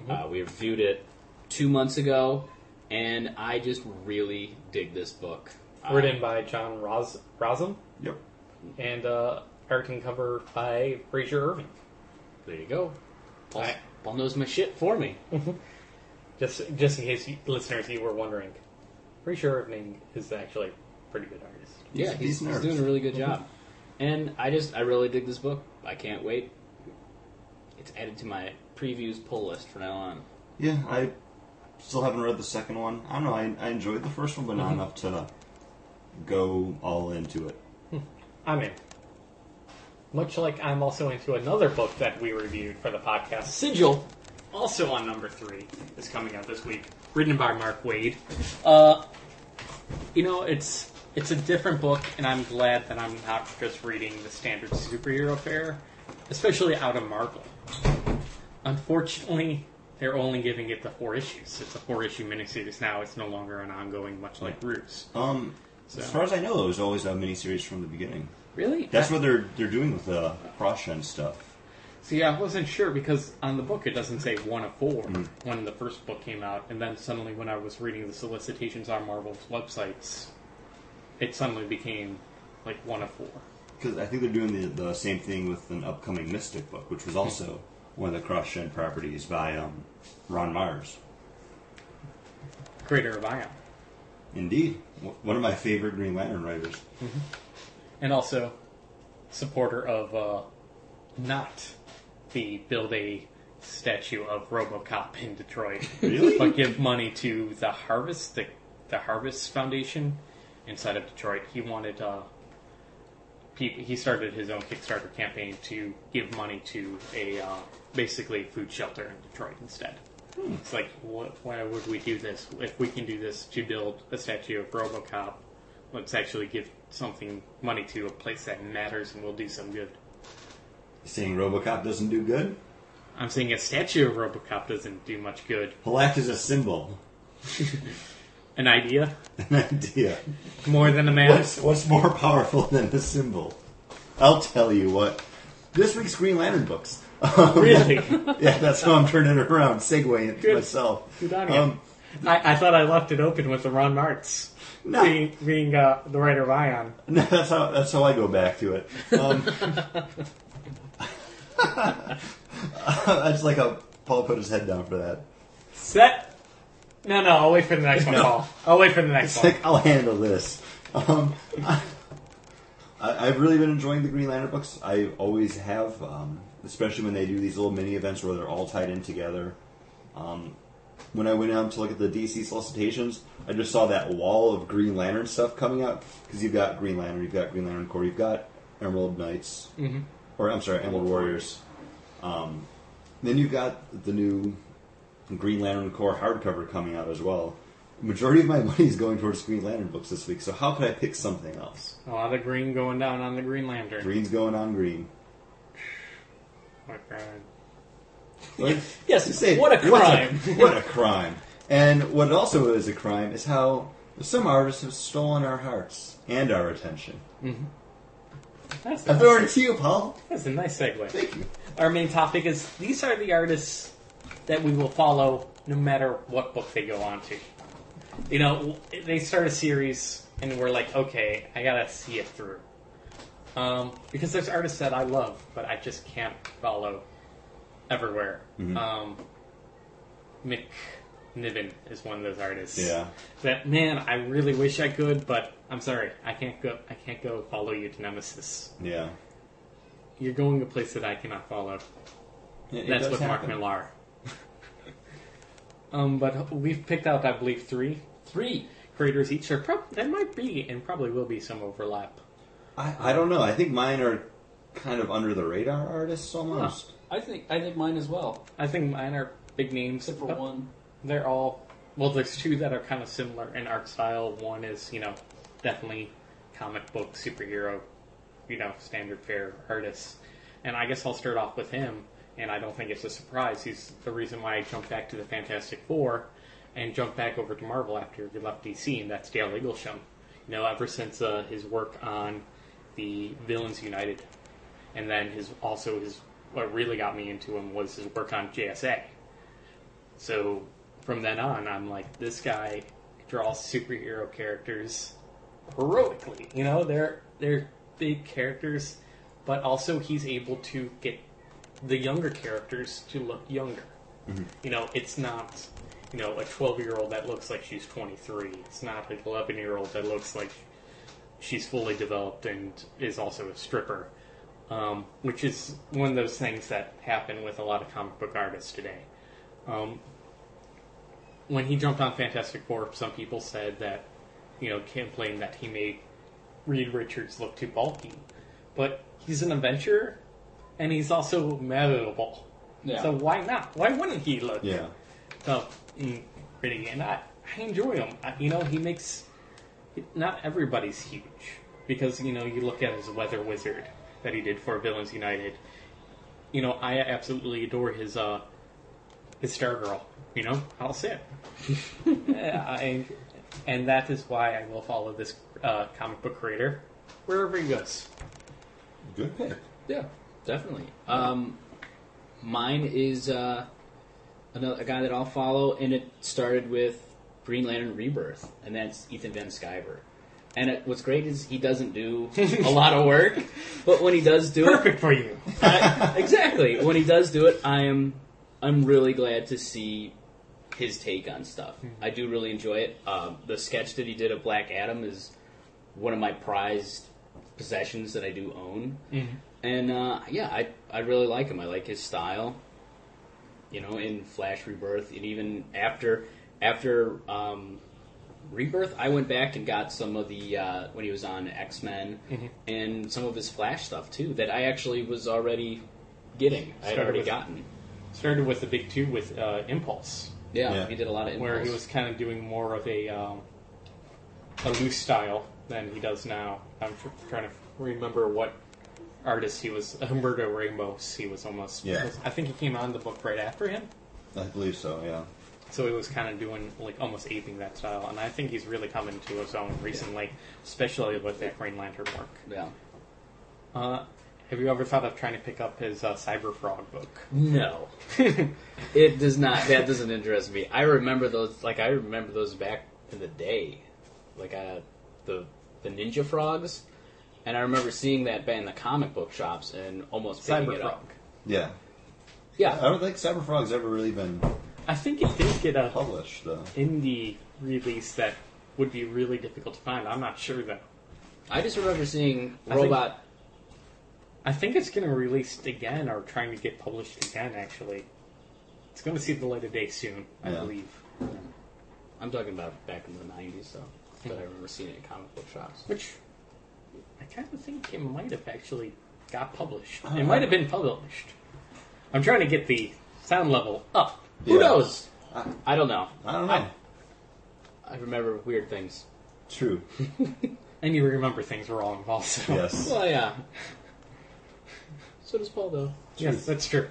Speaker 6: Uh, we reviewed it two months ago, and I just really dig this book. Uh,
Speaker 7: Written by John Ros- Rossum
Speaker 5: Yep.
Speaker 7: and uh, art and cover by Fraser Irving.
Speaker 6: There you go. Paul,
Speaker 7: I-
Speaker 6: Paul knows my shit for me.
Speaker 7: Just just in case you, listeners you were wondering, Fraser Irving is actually a pretty good artist.
Speaker 6: yeah, he's,
Speaker 5: decent
Speaker 6: he's
Speaker 5: artist.
Speaker 6: doing a really good job. And I just, I really dig this book. I can't wait. It's added to my previews pull list from now on.
Speaker 5: Yeah, I still haven't read the second one. I don't know. I, I enjoyed the first one, but not enough to go all into it.
Speaker 7: I'm in. Much like I'm also into another book that we reviewed for the podcast, Sigil, also on number three, is coming out this week, written by Mark Wade.
Speaker 8: Uh, you know, it's it's a different book, and I'm glad that I'm not just reading the standard superhero fare, especially out of Marvel. Unfortunately, they're only giving it the four issues. It's a four issue miniseries now. It's no longer an ongoing, much like Roots.
Speaker 5: Um,
Speaker 8: So
Speaker 5: as far as I know, it was always a miniseries from the beginning.
Speaker 8: really,
Speaker 5: That's what they're they're doing with the cross gen stuff.
Speaker 8: So yeah, I wasn't sure because on the book it doesn't say one of 4 when the first book came out, and then suddenly when I was reading the solicitations on Marvel's websites, it suddenly became like one of four.
Speaker 5: Because I think they're doing the, the same thing with an upcoming Mystic book, which was also one of the cross gen properties by um, Ron Myers.
Speaker 8: Creator of Ion,
Speaker 5: Indeed, W- one of my favorite Green Lantern writers.
Speaker 8: and also supporter of uh, not the build a statue of RoboCop in Detroit,
Speaker 5: Really?
Speaker 8: but give money to the Harvest, the, the Harvest Foundation inside of Detroit. He wanted, uh, he, he started his own Kickstarter campaign to give money to a uh, basically food shelter in Detroit instead. It's like, what, why would we do this? If we can do this to build a statue of RoboCop, let's actually give something money to a place that matters, and we'll do some good.
Speaker 5: Saying RoboCop doesn't do good?
Speaker 8: I'm saying a statue of RoboCop doesn't do much good.
Speaker 5: He'll act as a symbol,
Speaker 8: An idea
Speaker 5: an idea.
Speaker 8: more than a man.
Speaker 5: What's, what's more powerful than the symbol? I'll tell you what. This week's Green Lantern books. Oh,
Speaker 8: Really?
Speaker 5: yeah, that's how I'm turning it around, segueing it to
Speaker 8: Good.
Speaker 5: myself. Um,
Speaker 8: Good on you. I, I thought I left it open with the Ron Martz
Speaker 5: No.
Speaker 8: being, being uh, the writer of Ion.
Speaker 5: No, that's how that's how I go back to it. Um, that's like how Paul put his head down for that.
Speaker 8: Set. No, no. I'll wait for the next one,
Speaker 5: No.
Speaker 8: Paul. I'll wait for the next
Speaker 5: It's
Speaker 8: one.
Speaker 5: like I'll handle this. Um, I, I've really been enjoying the Green Lantern books. I always have, um, especially when they do these little mini events where they're all tied in together. Um, when I went out to look at the DC solicitations, I just saw that wall of Green Lantern stuff coming up because you've got Green Lantern, you've got Green Lantern Corps, you've got Emerald Knights, or I'm sorry, Emerald Warriors. Um, then you've got the new Green Lantern Corps hardcover coming out as well. Majority of my money is going towards Green Lantern books this week, so how could I pick something else?
Speaker 8: A lot of green going down on the Green Lantern.
Speaker 5: Green's going on green.
Speaker 8: My God.
Speaker 5: Like,
Speaker 6: Yes,
Speaker 5: you say,
Speaker 6: what a
Speaker 5: what's
Speaker 6: crime.
Speaker 5: what a crime! And what also is a crime is how Some artists have stolen our hearts and our attention. I throw it to you, Paul.
Speaker 7: That's a nice segue.
Speaker 5: Thank you.
Speaker 7: Our main topic is these are the artists that we will follow no matter what book they go on to. You know, w- they start a series and we're like, okay, I gotta see it through. Um, because there's artists that I love, but I just can't follow everywhere.
Speaker 5: Mm-hmm.
Speaker 7: Um, Mick Niven is one of those artists.
Speaker 5: Yeah.
Speaker 7: That man, I really wish I could, but I'm sorry, I can't go. I can't go follow you to Nemesis
Speaker 5: Yeah.
Speaker 7: you're going a place that I cannot follow.
Speaker 5: It- it
Speaker 7: That's
Speaker 5: does
Speaker 7: with Mark
Speaker 5: happen.
Speaker 7: Millar. um, but we've picked out, I believe, three
Speaker 6: Three.
Speaker 7: creators each. Or prob- there might be and probably will be some overlap.
Speaker 5: I, I don't know. I think mine are kind of under the radar artists almost.
Speaker 6: I think I think mine as well,
Speaker 7: I think mine are big names.
Speaker 6: except for
Speaker 7: but
Speaker 6: one.
Speaker 7: They're all well. There's two that are kind of similar in art style. One is you know definitely comic book superhero, you know standard fare artist. And I guess I'll start off with him. And I don't think it's a surprise. He's the reason why I jumped back to the Fantastic Four, and jumped back over to Marvel after we left DC, and that's Dale Eaglesham. You know, ever since uh, his work on the Villains United, and then his also his what really got me into him was his work on JSA. So from then on, I'm like, this guy draws superhero characters heroically. You know, they're they're big characters, but also he's able to get the younger characters to look younger. You know, it's not you know a 12 year old that looks like she's 23. It's not an 11 year old that looks like she's fully developed and is also a stripper. Um, which is one of those things that happen with a lot of comic book artists today. Um, when he jumped on Fantastic Four, some people said that, you know, complained that he made Reed Richards look too bulky. But he's an adventurer, and he's also malleable.
Speaker 6: Yeah.
Speaker 7: So why not? Why wouldn't he look
Speaker 5: Yeah.
Speaker 7: so mm, pretty? And I, I enjoy him. I, you know, he makes not everybody's huge because you know you look at his Weather Wizard that he did for Villains United. You know, I absolutely adore his uh his Stargirl. You know, I'll say it. Yeah, I, and that is why I will follow this uh, comic book creator wherever he goes.
Speaker 5: Good pick.
Speaker 6: Yeah, definitely. Um, mine is uh, another a guy that I'll follow, and it started with Green Lantern Rebirth, and that's Ethan Van Sciver. And it, what's great is he doesn't do a lot of work, but when he does do it,
Speaker 7: Perfect for you.
Speaker 6: I, exactly. When he does do it, I am I'm really glad to see his take on stuff.
Speaker 7: Hmm.
Speaker 6: I do really enjoy it. Um, the sketch that he did of Black Adam is one of my prized possessions that I do own,
Speaker 7: Hmm.
Speaker 6: and uh, yeah, I I really like him. I like his style. You know, in Flash Rebirth, and even after after um, Rebirth, I went back and got some of the uh, when he was on X Men
Speaker 7: Mm-hmm.
Speaker 6: and some of his Flash stuff too that I actually was already getting. I had
Speaker 7: Started
Speaker 6: already
Speaker 7: with-
Speaker 6: gotten.
Speaker 7: Started with the big two with uh, Impulse.
Speaker 6: Yeah,
Speaker 5: Yeah.
Speaker 6: he did a lot of impulse.
Speaker 7: where he was kind of doing more of a um, a loose style than he does now. I'm tr- trying to remember what artist he was. Humberto Ramos. He was almost.
Speaker 5: Yeah.
Speaker 7: I think he came on the book right after him,
Speaker 5: I believe so, yeah.
Speaker 7: so he was kind of doing like almost aping that style. And I think he's really coming to his own recently, especially with that Green Lantern work.
Speaker 6: yeah.
Speaker 7: Uh, have you ever thought of trying to pick up his uh, Cyber Frog book?
Speaker 6: No, it does not. That doesn't interest me. I remember those. Like I remember those back in the day, like uh, the the Ninja Frogs, and I remember seeing that in the comic book shops and almost picking
Speaker 7: Cyber
Speaker 6: it
Speaker 7: Frog.
Speaker 6: up.
Speaker 5: Yeah. I
Speaker 7: Uh,
Speaker 6: Yeah,
Speaker 5: don't think Cyber Frog's ever really been
Speaker 7: I think it did get a
Speaker 5: published, though.
Speaker 7: indie release that would be really difficult to find. I'm not sure though.
Speaker 6: I just remember seeing
Speaker 7: I think-
Speaker 6: robot
Speaker 7: I think it's getting released again or trying to get published again. Actually, it's going to see the light of day soon, I
Speaker 5: Yeah.
Speaker 7: believe.
Speaker 6: I'm talking about back in the '90s, though. But I remember seeing it in comic book shops.
Speaker 7: Which I kind of think it might have actually got published. It might have been published. I'm trying to get the sound level up.
Speaker 6: Who
Speaker 5: Yeah.
Speaker 6: knows?
Speaker 7: Uh,
Speaker 6: I, don't know.
Speaker 5: I don't know.
Speaker 6: I remember weird things.
Speaker 5: True.
Speaker 7: And you remember things were all involved. So.
Speaker 5: Yes.
Speaker 6: Well, yeah. So does Paul, though.
Speaker 7: yes, that's true.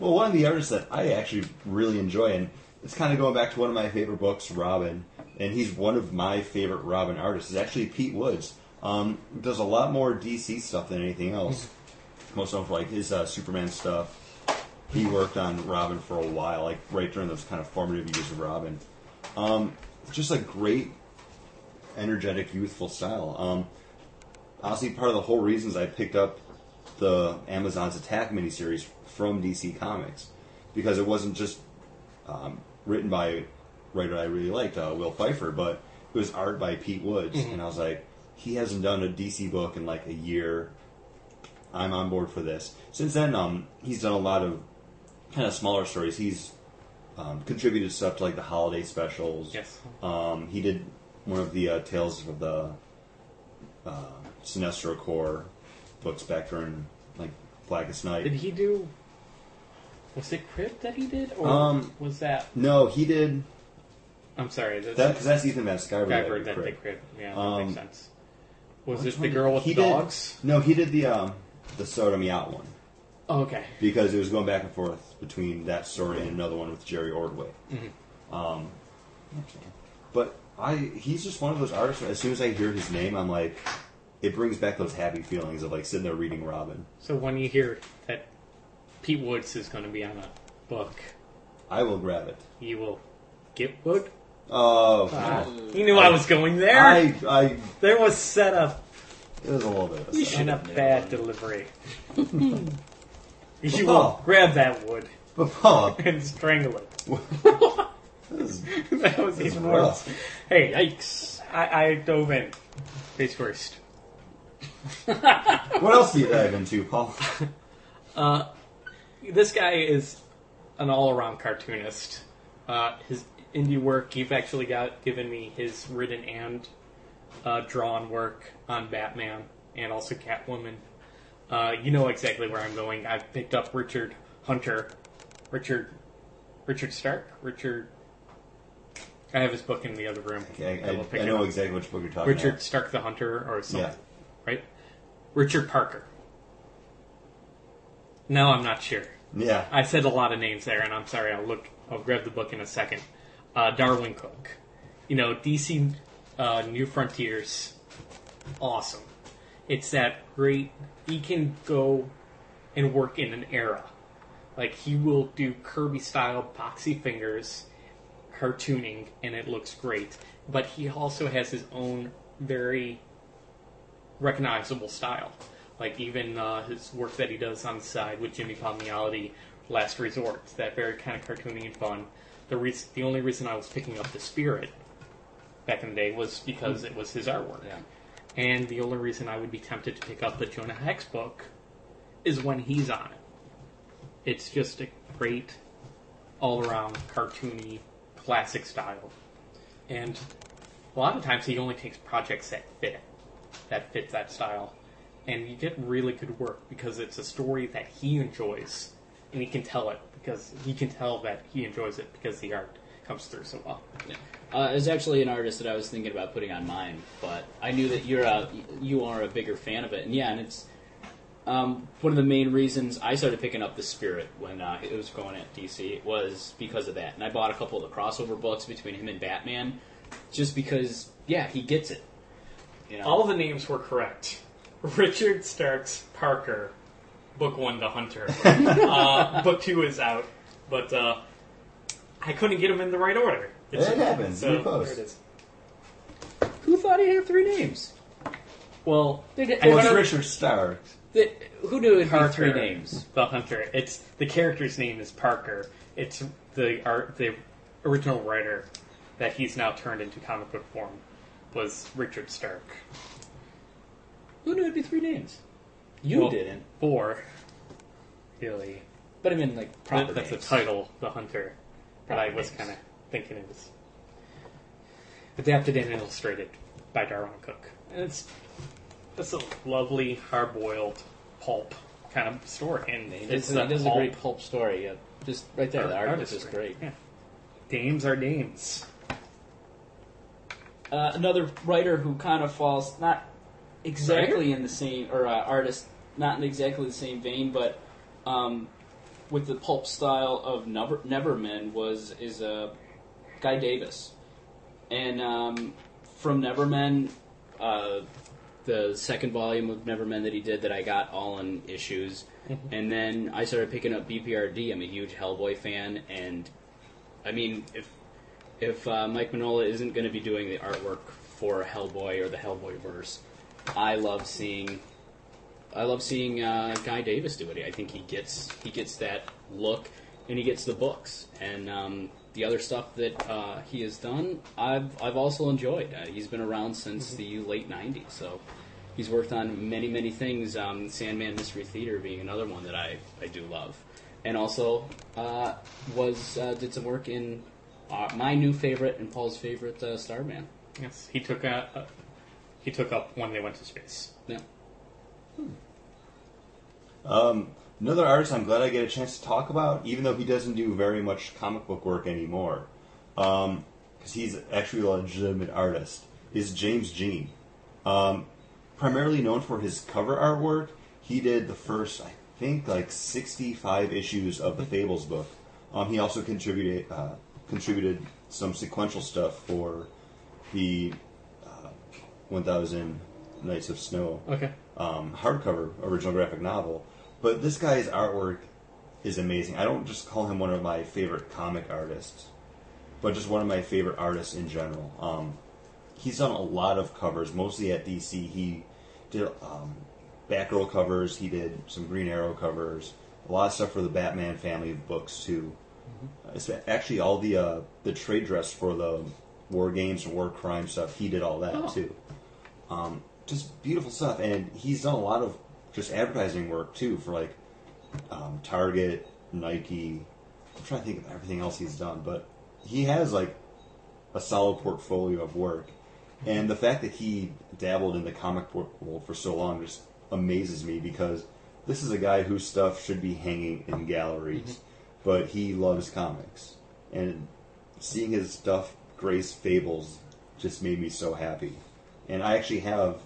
Speaker 5: Well, one of the artists that I actually really enjoy, and it's kind of going back to one of my favorite books, Robin, and he's one of my favorite Robin artists. Is actually Pete Woods. Um, does a lot more DC stuff than anything else. Most of like his uh, Superman stuff. He worked on Robin for a while, like right during those kind of formative years of Robin. Um, just a great, energetic, youthful style. Um, honestly, part of the whole reasons I picked up the Amazon's Attack miniseries from DC Comics because it wasn't just um, written by a writer I really liked, uh, Will Pfeiffer, but it was art by Pete Woods, and I was like, he hasn't done a DC book in like a year. I'm on board for this. Since then, um, he's done a lot of kind of smaller stories. He's um, contributed stuff to like the holiday specials.
Speaker 7: Yes.
Speaker 5: Um, he did one of the uh, Tales of the uh, Sinestro Corps books back during like Blackest Night.
Speaker 9: Did he do? Was it Crypt that he did, or
Speaker 5: Um,
Speaker 9: was that?
Speaker 5: no, he did
Speaker 9: I'm sorry, that's
Speaker 5: that because that's Ethan Van Sciver.
Speaker 9: I've
Speaker 5: that
Speaker 9: heard
Speaker 5: did
Speaker 9: that
Speaker 5: Crypt.
Speaker 9: the Crypt. Yeah, that
Speaker 5: Um,
Speaker 9: makes sense. Was
Speaker 5: Which
Speaker 9: this the
Speaker 5: one
Speaker 9: girl
Speaker 5: did-
Speaker 9: with
Speaker 5: he
Speaker 9: the
Speaker 5: did-
Speaker 9: dogs?
Speaker 5: no, he did the um, the Soda Me Out one
Speaker 9: Oh, okay.
Speaker 5: because it was going back and forth between that story and another one with Jerry Ordway.
Speaker 9: Mm-hmm.
Speaker 5: Um, but I he's just one of those artists. where As soon as I hear his name, I'm like, it brings back those happy feelings of like sitting there reading Robin.
Speaker 7: So when you hear that Pete Woods is going to be on a book,
Speaker 5: I will grab it.
Speaker 7: you will get booked.
Speaker 5: Oh,
Speaker 7: You knew I was going there.
Speaker 5: I, I, it
Speaker 7: there was setup
Speaker 5: was a little bit. Of a setup.
Speaker 7: and a bad delivery. you
Speaker 5: Paul.
Speaker 7: will grab that wood
Speaker 5: But Paul,
Speaker 7: and strangle it.
Speaker 5: this is
Speaker 7: That was even worse.
Speaker 5: rough.
Speaker 7: Hey, yikes! I, I dove in face first.
Speaker 5: What else do you dive into, Paul?
Speaker 7: this guy is an all-around cartoonist. Uh, his indie work, you've actually got given me his written and uh, drawn work on Batman and also Catwoman. Uh, you know exactly where I'm going. I've picked up Richard Hunter, Richard, Richard Stark, Richard. I have his book in the other room.
Speaker 5: I, I,
Speaker 7: will pick
Speaker 5: I
Speaker 7: it
Speaker 5: know
Speaker 7: up.
Speaker 5: exactly which book you're talking
Speaker 7: Richard Stark the Hunter or
Speaker 5: about.
Speaker 7: something,
Speaker 5: Yeah.
Speaker 7: right? Richard Parker. No, I'm not sure.
Speaker 5: Yeah.
Speaker 7: I said a lot of names there, and I'm sorry. I'll look. I'll grab the book in a second. Uh, Darwin Cook, you know DC uh, New Frontiers, awesome. It's that great. He can go and work in an era. Like he will do Kirby style boxy fingers, cartooning, and it looks great. But he also has his own very recognizable style. Like even uh, his work that he does on the side with Jimmy Palmiotti, Last Resort, that very kind of cartoony and fun. The reas the only reason I was picking up the Spirit back in the day was because it was his artwork,
Speaker 9: Yeah.
Speaker 7: and the only reason I would be tempted to pick up the Jonah Hex book is when he's on it. It's just a great all-around cartoony classic style, and a lot of times he only takes projects that fit that fit that style. And you get really good work because it's a story that he enjoys, and he can tell it because he can tell that he enjoys it because the art comes through so well.
Speaker 9: Yeah. Uh, it's actually an artist that I was thinking about putting on mine, but I knew that you're a you are a bigger fan of it, and yeah, and it's um, one of the main reasons I started picking up the Spirit when uh, it was going at DC was because of that, and I bought a couple of the crossover books between him and Batman, just because yeah, he gets it. You know?
Speaker 7: All the names were correct. Richard Starks Parker, book one, The Hunter. uh, book two is out, but uh, I couldn't get them in the right order.
Speaker 5: It happens.
Speaker 7: So,
Speaker 5: You're close.
Speaker 7: there it is.
Speaker 9: Who thought he'd have three names?
Speaker 7: Well,
Speaker 9: They did,
Speaker 5: Well,
Speaker 9: I
Speaker 5: it's
Speaker 9: thought-
Speaker 5: Richard Stark.
Speaker 9: they- who knew it'd be
Speaker 7: Parker.
Speaker 9: three names?
Speaker 7: the hunter. It's the character's name is Parker. It's the art, the original writer that he's now turned into comic book form was Richard Stark.
Speaker 9: Who knew it'd be three names? You
Speaker 7: Well,
Speaker 9: didn't,
Speaker 7: Or really,
Speaker 9: but I mean like proper.
Speaker 7: that, that's the
Speaker 9: names.
Speaker 7: title, the hunter. But I
Speaker 9: Proper
Speaker 7: was
Speaker 9: names.
Speaker 7: kind of thinking it was adapted and illustrated by Darwin Cook, and it's it's a lovely hard-boiled pulp kind of story, and
Speaker 9: He
Speaker 7: it's
Speaker 9: does, he
Speaker 7: that
Speaker 9: does a
Speaker 7: pulp
Speaker 9: great pulp story. Yeah. Just right there, the art is just great.
Speaker 7: Yeah. Dames are dames.
Speaker 9: Uh, another writer who kind of falls not exactly in the same or uh, artist, not in exactly the same vein, but um,
Speaker 6: with the pulp style of Never Nevermen was is uh, Guy Davis, and um, from Nevermen, uh, the second volume of Nevermen that he did that I got all in issues, and then I started picking up BPRD. I'm a huge Hellboy fan, and I mean if if uh, Mike Manola isn't going to be doing the artwork for Hellboy or the Hellboy verse, I love seeing I love seeing uh, Guy Davis do it. I think he gets he gets that look, and he gets the books and um, the other stuff that uh, he has done. I've I've also enjoyed. Uh, he's been around since the late '90s, so he's worked on many many things. Um, Sandman Mystery Theater being another one that I I do love, and also uh, was uh, did some work in uh, my new favorite and Paul's favorite uh, Starman.
Speaker 7: Yes, he took a, uh, he took up when they went to space.
Speaker 6: Yeah.
Speaker 5: Another artist I'm glad I get a chance to talk about, even though he doesn't do very much comic book work anymore, because he's actually a legitimate artist, is James Jean. Um, primarily known for his cover artwork, he did the first, I think, like 65 issues of the Fables book. Um, he also contributed uh, contributed some sequential stuff for the uh, 1000 Nights of Snow
Speaker 7: Okay.
Speaker 5: um, hardcover original graphic novel. But this guy's artwork is amazing. I don't just call him one of my favorite comic artists, but just one of my favorite artists in general. Um, he's done a lot of covers, mostly at DC. He did um, Batgirl covers. He did some Green Arrow covers. A lot of stuff for the Batman family of books too. Uh, It's actually all the uh, the trade dress for the war games and war crime stuff. He did all that too. Um, just beautiful stuff, and he's done a lot of just advertising work too for like um, Target, Nike. I'm trying to think of everything else he's done, but he has like a solid portfolio of work. And the fact that he dabbled in the comic book world for so long just amazes me because this is a guy whose stuff should be hanging in galleries, but he loves comics. And seeing his stuff grace fables just made me so happy. And I actually have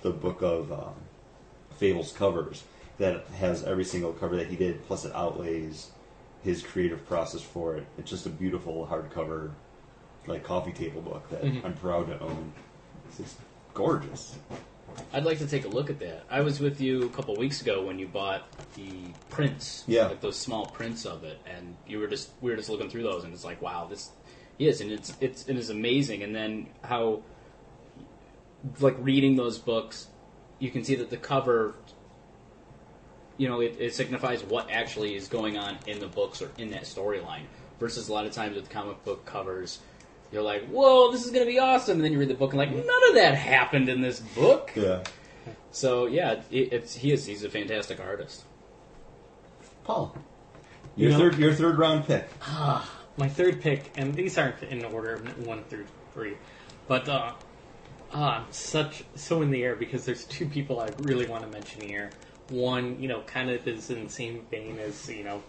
Speaker 5: the book of um, Fables covers that has every single cover that he did, plus it outlays his creative process for it. It's just a beautiful hardcover, like coffee table book that I'm proud to own. It's just gorgeous.
Speaker 6: I'd like to take a look at that. I was with you a couple weeks ago when you bought the prints,
Speaker 5: Yeah.
Speaker 6: like those small prints of it, and you were just we were just looking through those, and it's like, wow, this is, and it's it's it is amazing. And then how, like reading those books, you can see that the cover, you know, it, it signifies what actually is going on in the books or in that storyline. Versus a lot of times with comic book covers, you're like, whoa, this is going to be awesome, and then you read the book and like, none of that happened in this book.
Speaker 5: Yeah.
Speaker 6: So yeah, it, it's he is he's a fantastic artist.
Speaker 5: Paul. Your third your third round pick.
Speaker 7: My third pick, and these aren't in order of one through three, but uh, uh, I'm such so in the air because there's two people I really want to mention here. One, you know, kind of is in the same vein as you know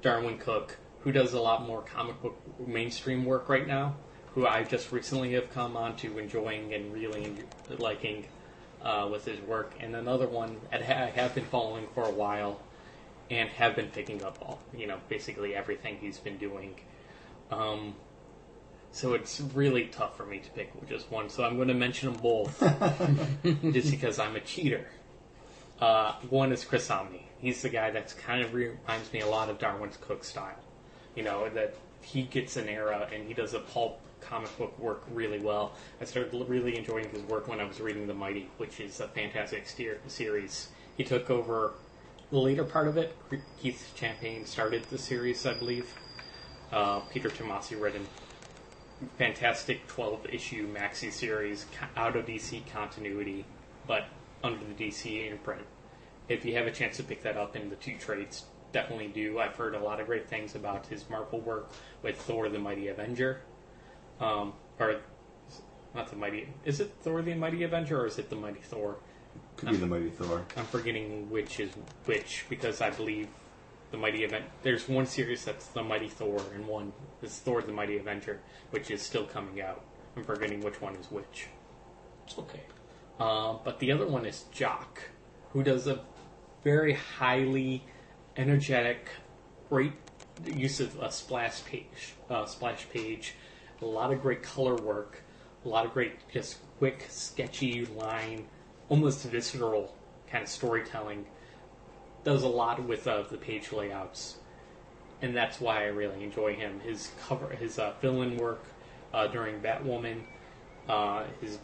Speaker 7: Darwin Cook, who does a lot more comic book mainstream work right now, who I just recently have come on to enjoying and really en- liking uh, with his work. And another one that ha- I have been following for a while and have been picking up all, you know, basically everything he's been doing. Um, so it's really tough for me to pick just one. So I'm going to mention them both just because I'm a cheater. Uh, one is Chris Omni. He's the guy that's kind of reminds me a lot of Darwin's Cook style. You know, that he gets an era and he does a pulp comic book work really well. I started l- really enjoying his work when I was reading The Mighty, which is a fantastic steer- series. He took over the later part of it. Keith Champagne started the series, I believe. Uh, Peter Tomasi read him fantastic 12 issue maxi series co- out of DC continuity, but under the DC imprint. If you have a chance to pick that up in the two trades, definitely do. I've heard a lot of great things about his Marvel work with Thor the Mighty Avenger. Um, or, not the Mighty. Is it Thor the Mighty Avenger or is it the Mighty Thor?
Speaker 5: Could be the mighty Thor.
Speaker 7: I'm forgetting which is which because I believe the Mighty Event. There's one series that's the Mighty Thor, and one is Thor the Mighty Avenger, which is still coming out. I'm forgetting which one is which.
Speaker 6: It's okay.
Speaker 7: Uh, but the other one is Jock, who does a very highly energetic, great use of a splash page, uh, splash page, a lot of great color work, a lot of great just quick, sketchy line, almost visceral kind of storytelling. Does a lot with uh, the page layouts, and that's why I really enjoy him. His cover, his uh, fill-in work uh, during Batwoman, uh, his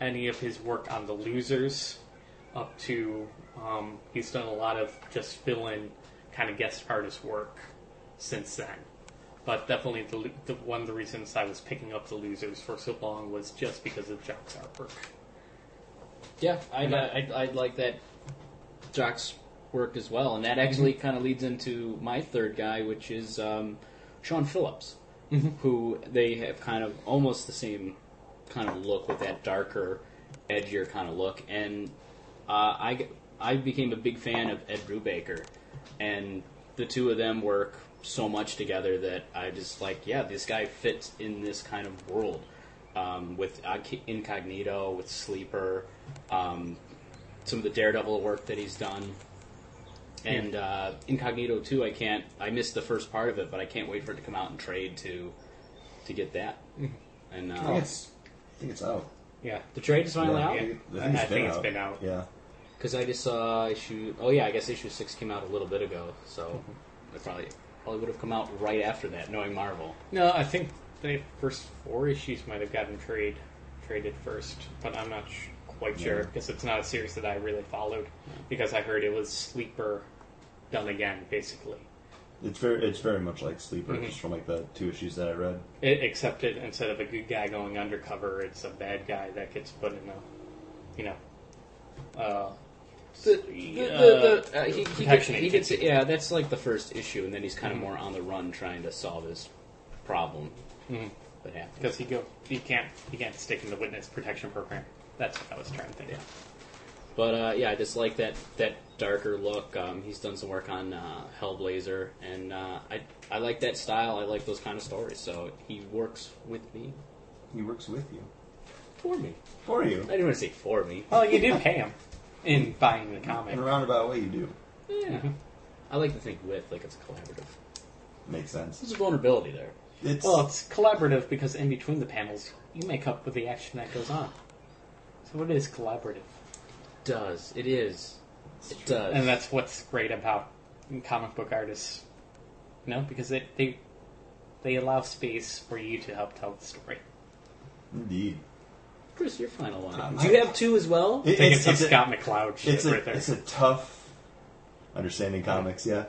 Speaker 7: any of his work on the losers up to um, he's done a lot of just fill-in kind of guest artist work since then but definitely the, the one of the reasons i was picking up the losers for so long was just because of jock's artwork
Speaker 6: Yeah, I'd, I'd, I'd like that Jock's work as well. And that actually kind of leads into my third guy, which is um, Sean Phillips, who they have kind of almost the same kind of look with that darker, edgier kind of look. And uh, I, g- I became a big fan of Ed Brubaker. And the two of them work so much together that I just like, yeah, this guy fits in this kind of world. Um, with Ac- Incognito, with Sleeper, um, some of the Daredevil work that he's done. And uh, Incognito too. I can't. I missed the first part of it, but I can't wait for it to come out and trade to to get that. And uh,
Speaker 5: I think it's, I think it's out.
Speaker 7: yeah
Speaker 6: the trade is finally
Speaker 5: I
Speaker 6: out
Speaker 5: think it's
Speaker 7: I think it's been out.
Speaker 5: Yeah.
Speaker 6: because I just saw issue. Oh yeah, I guess issue six came out a little bit ago, so it probably probably would have come out right after that, knowing Marvel.
Speaker 7: no i think the first four issues might have gotten trade traded first but i'm not sh- quite sure because it's not a series that i really followed because i heard it was sleeper done again basically
Speaker 5: It's very, it's very much like Sleeper, just from like the two issues that I read.
Speaker 7: It, except it, instead of a good guy going undercover, it's a bad guy that gets put in a, you know, uh,
Speaker 6: The, the, the, uh, he, he, gets,
Speaker 7: protection
Speaker 6: he gets
Speaker 7: agency.
Speaker 6: yeah that's like the first issue and then he's kind of more on the run trying to solve his problem that happens.
Speaker 7: because he go he can't he can't stick in the witness protection program. That's what I was trying to think. of.
Speaker 6: But uh, yeah, I just like that that darker look. Um, he's done some work on uh, Hellblazer, and uh, I I like that style. I like those kind of stories. So he works with me
Speaker 5: He works with you.
Speaker 6: for me.
Speaker 5: For you.
Speaker 6: I didn't want to say for me.
Speaker 7: Well, you did pay him in buying the comic.
Speaker 5: In a roundabout way, you do.
Speaker 6: Yeah, I like to think with like it's collaborative.
Speaker 5: Makes sense.
Speaker 6: There's a vulnerability there.
Speaker 5: It's
Speaker 7: Well, it's collaborative because in between the panels, you make up with the action that goes on. So it is collaborative,
Speaker 6: Does it is it does
Speaker 7: and that's what's great about comic book artists, you know, because they they they allow space for you to help tell the story.
Speaker 5: indeed.
Speaker 6: Chris your final one. Do you have two as well?
Speaker 5: It-
Speaker 7: Thinking
Speaker 5: it's,
Speaker 7: some
Speaker 5: it's a-
Speaker 7: Scott McCloud shit
Speaker 5: it's a,
Speaker 7: right there.
Speaker 5: it's a tough understanding comics. Yeah,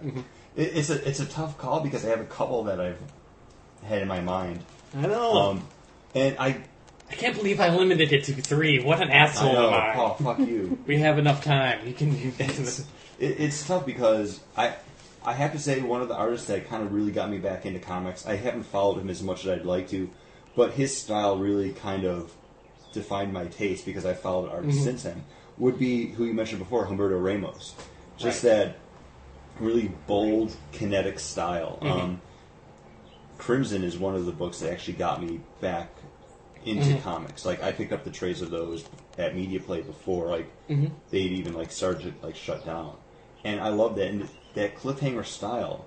Speaker 5: it, it's a it's a tough call because I have a couple that I've had in my mind,
Speaker 7: I know.
Speaker 5: um, and I
Speaker 7: I can't believe I limited it to three. What an asshole
Speaker 5: I know,
Speaker 7: am I.
Speaker 5: Paul, fuck you.
Speaker 7: We have enough time. You can do this.
Speaker 5: It, it's tough because I I have to say one of the artists that kind of really got me back into comics. I haven't followed him as much as I'd like to, but his style really kind of defined my taste because I followed artists since then. Would be who you mentioned before, Humberto Ramos. Just that really bold, kinetic style.
Speaker 7: Mm-hmm.
Speaker 5: Um, Crimson is one of the books that actually got me back into
Speaker 7: Mm-hmm.
Speaker 5: comics. Like I picked up the trays of those at Media Play before like
Speaker 7: Mm-hmm.
Speaker 5: they'd even like started to like shut down. And I love that and that cliffhanger style